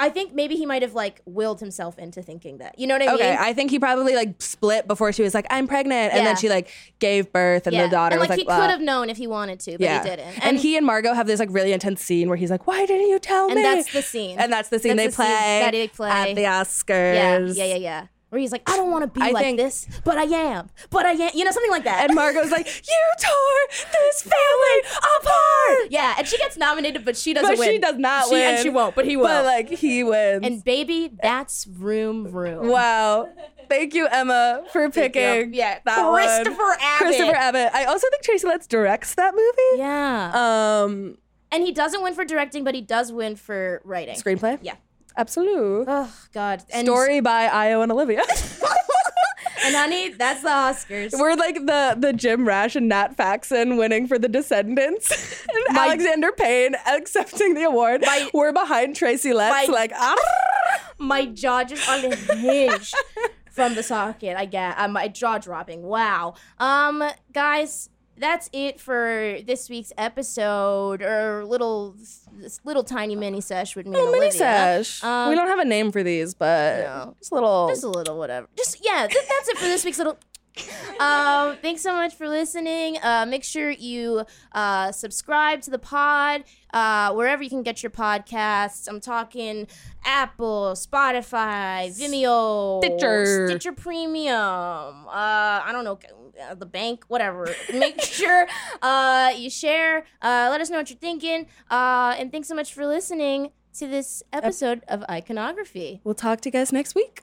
[SPEAKER 4] I think maybe he might have like willed himself into thinking that. You know what I
[SPEAKER 3] Okay,
[SPEAKER 4] mean?
[SPEAKER 3] I think he probably like split before she was like, "I'm pregnant," and
[SPEAKER 4] Yeah.
[SPEAKER 3] then she like gave birth, and
[SPEAKER 4] yeah.
[SPEAKER 3] the daughter
[SPEAKER 4] and,
[SPEAKER 3] was
[SPEAKER 4] like,
[SPEAKER 3] like,
[SPEAKER 4] he
[SPEAKER 3] "Wow."
[SPEAKER 4] could have known if he wanted to, but
[SPEAKER 3] yeah.
[SPEAKER 4] he didn't.
[SPEAKER 3] And, he and Margot have this like really intense scene where he's like, "Why didn't you tell
[SPEAKER 4] And
[SPEAKER 3] me?"
[SPEAKER 4] that's the scene.
[SPEAKER 3] And that's the scene
[SPEAKER 4] That's
[SPEAKER 3] they
[SPEAKER 4] the
[SPEAKER 3] play
[SPEAKER 4] scene that they play.
[SPEAKER 3] at the
[SPEAKER 4] yeah,
[SPEAKER 3] Oscars.
[SPEAKER 4] yeah, yeah, yeah. Where he's like, I don't want to be
[SPEAKER 3] I
[SPEAKER 4] like
[SPEAKER 3] think-
[SPEAKER 4] this, but I am, but I am. You know, something like that.
[SPEAKER 3] And Margot's like, "You tore this family apart."
[SPEAKER 4] yeah, and she gets nominated, but she doesn't
[SPEAKER 3] But
[SPEAKER 4] win.
[SPEAKER 3] she does not
[SPEAKER 4] She-
[SPEAKER 3] win,
[SPEAKER 4] and she won't, but he will.
[SPEAKER 3] But like he wins.
[SPEAKER 4] and baby, that's room room.
[SPEAKER 3] Wow. Thank you, Emma, for picking.
[SPEAKER 4] Yeah.
[SPEAKER 3] that one.
[SPEAKER 4] Christopher Abbott.
[SPEAKER 3] Christopher Abbott. I also think Tracy Letts directs that movie.
[SPEAKER 4] Yeah.
[SPEAKER 3] Um,
[SPEAKER 4] And he doesn't win for directing, but he does win for writing.
[SPEAKER 3] screenplay.
[SPEAKER 4] Yeah.
[SPEAKER 3] Absolutely.
[SPEAKER 4] Oh God. And,
[SPEAKER 3] Story by Io and Olivia.
[SPEAKER 4] And honey, that's the Oscars.
[SPEAKER 3] We're like the the Jim Rash and Nat Faxon winning for The Descendants, and
[SPEAKER 4] My-
[SPEAKER 3] Alexander Payne accepting the award.
[SPEAKER 4] My-
[SPEAKER 3] We're behind Tracy Letts.
[SPEAKER 4] My-
[SPEAKER 3] like, ah.
[SPEAKER 4] my jaw just unhinged from the socket. I get uh, my jaw dropping. Wow. Um, guys. That's it for this week's episode, or little, this little tiny mini sesh with me and Olivia.
[SPEAKER 3] mini sesh.
[SPEAKER 4] Um,
[SPEAKER 3] we don't have a name for these, but
[SPEAKER 4] No.
[SPEAKER 3] just a little.
[SPEAKER 4] just a little whatever just yeah th- that's it for this week's little um thanks so much for listening uh make sure you uh subscribe to the pod uh wherever you can get your podcasts i'm talking apple spotify vimeo
[SPEAKER 3] Stitcher.
[SPEAKER 4] stitcher premium uh i don't know uh, the bank whatever make sure uh you share uh let us know what you're thinking uh and thanks so much for listening to this episode of iconography
[SPEAKER 3] we'll talk to you guys next week.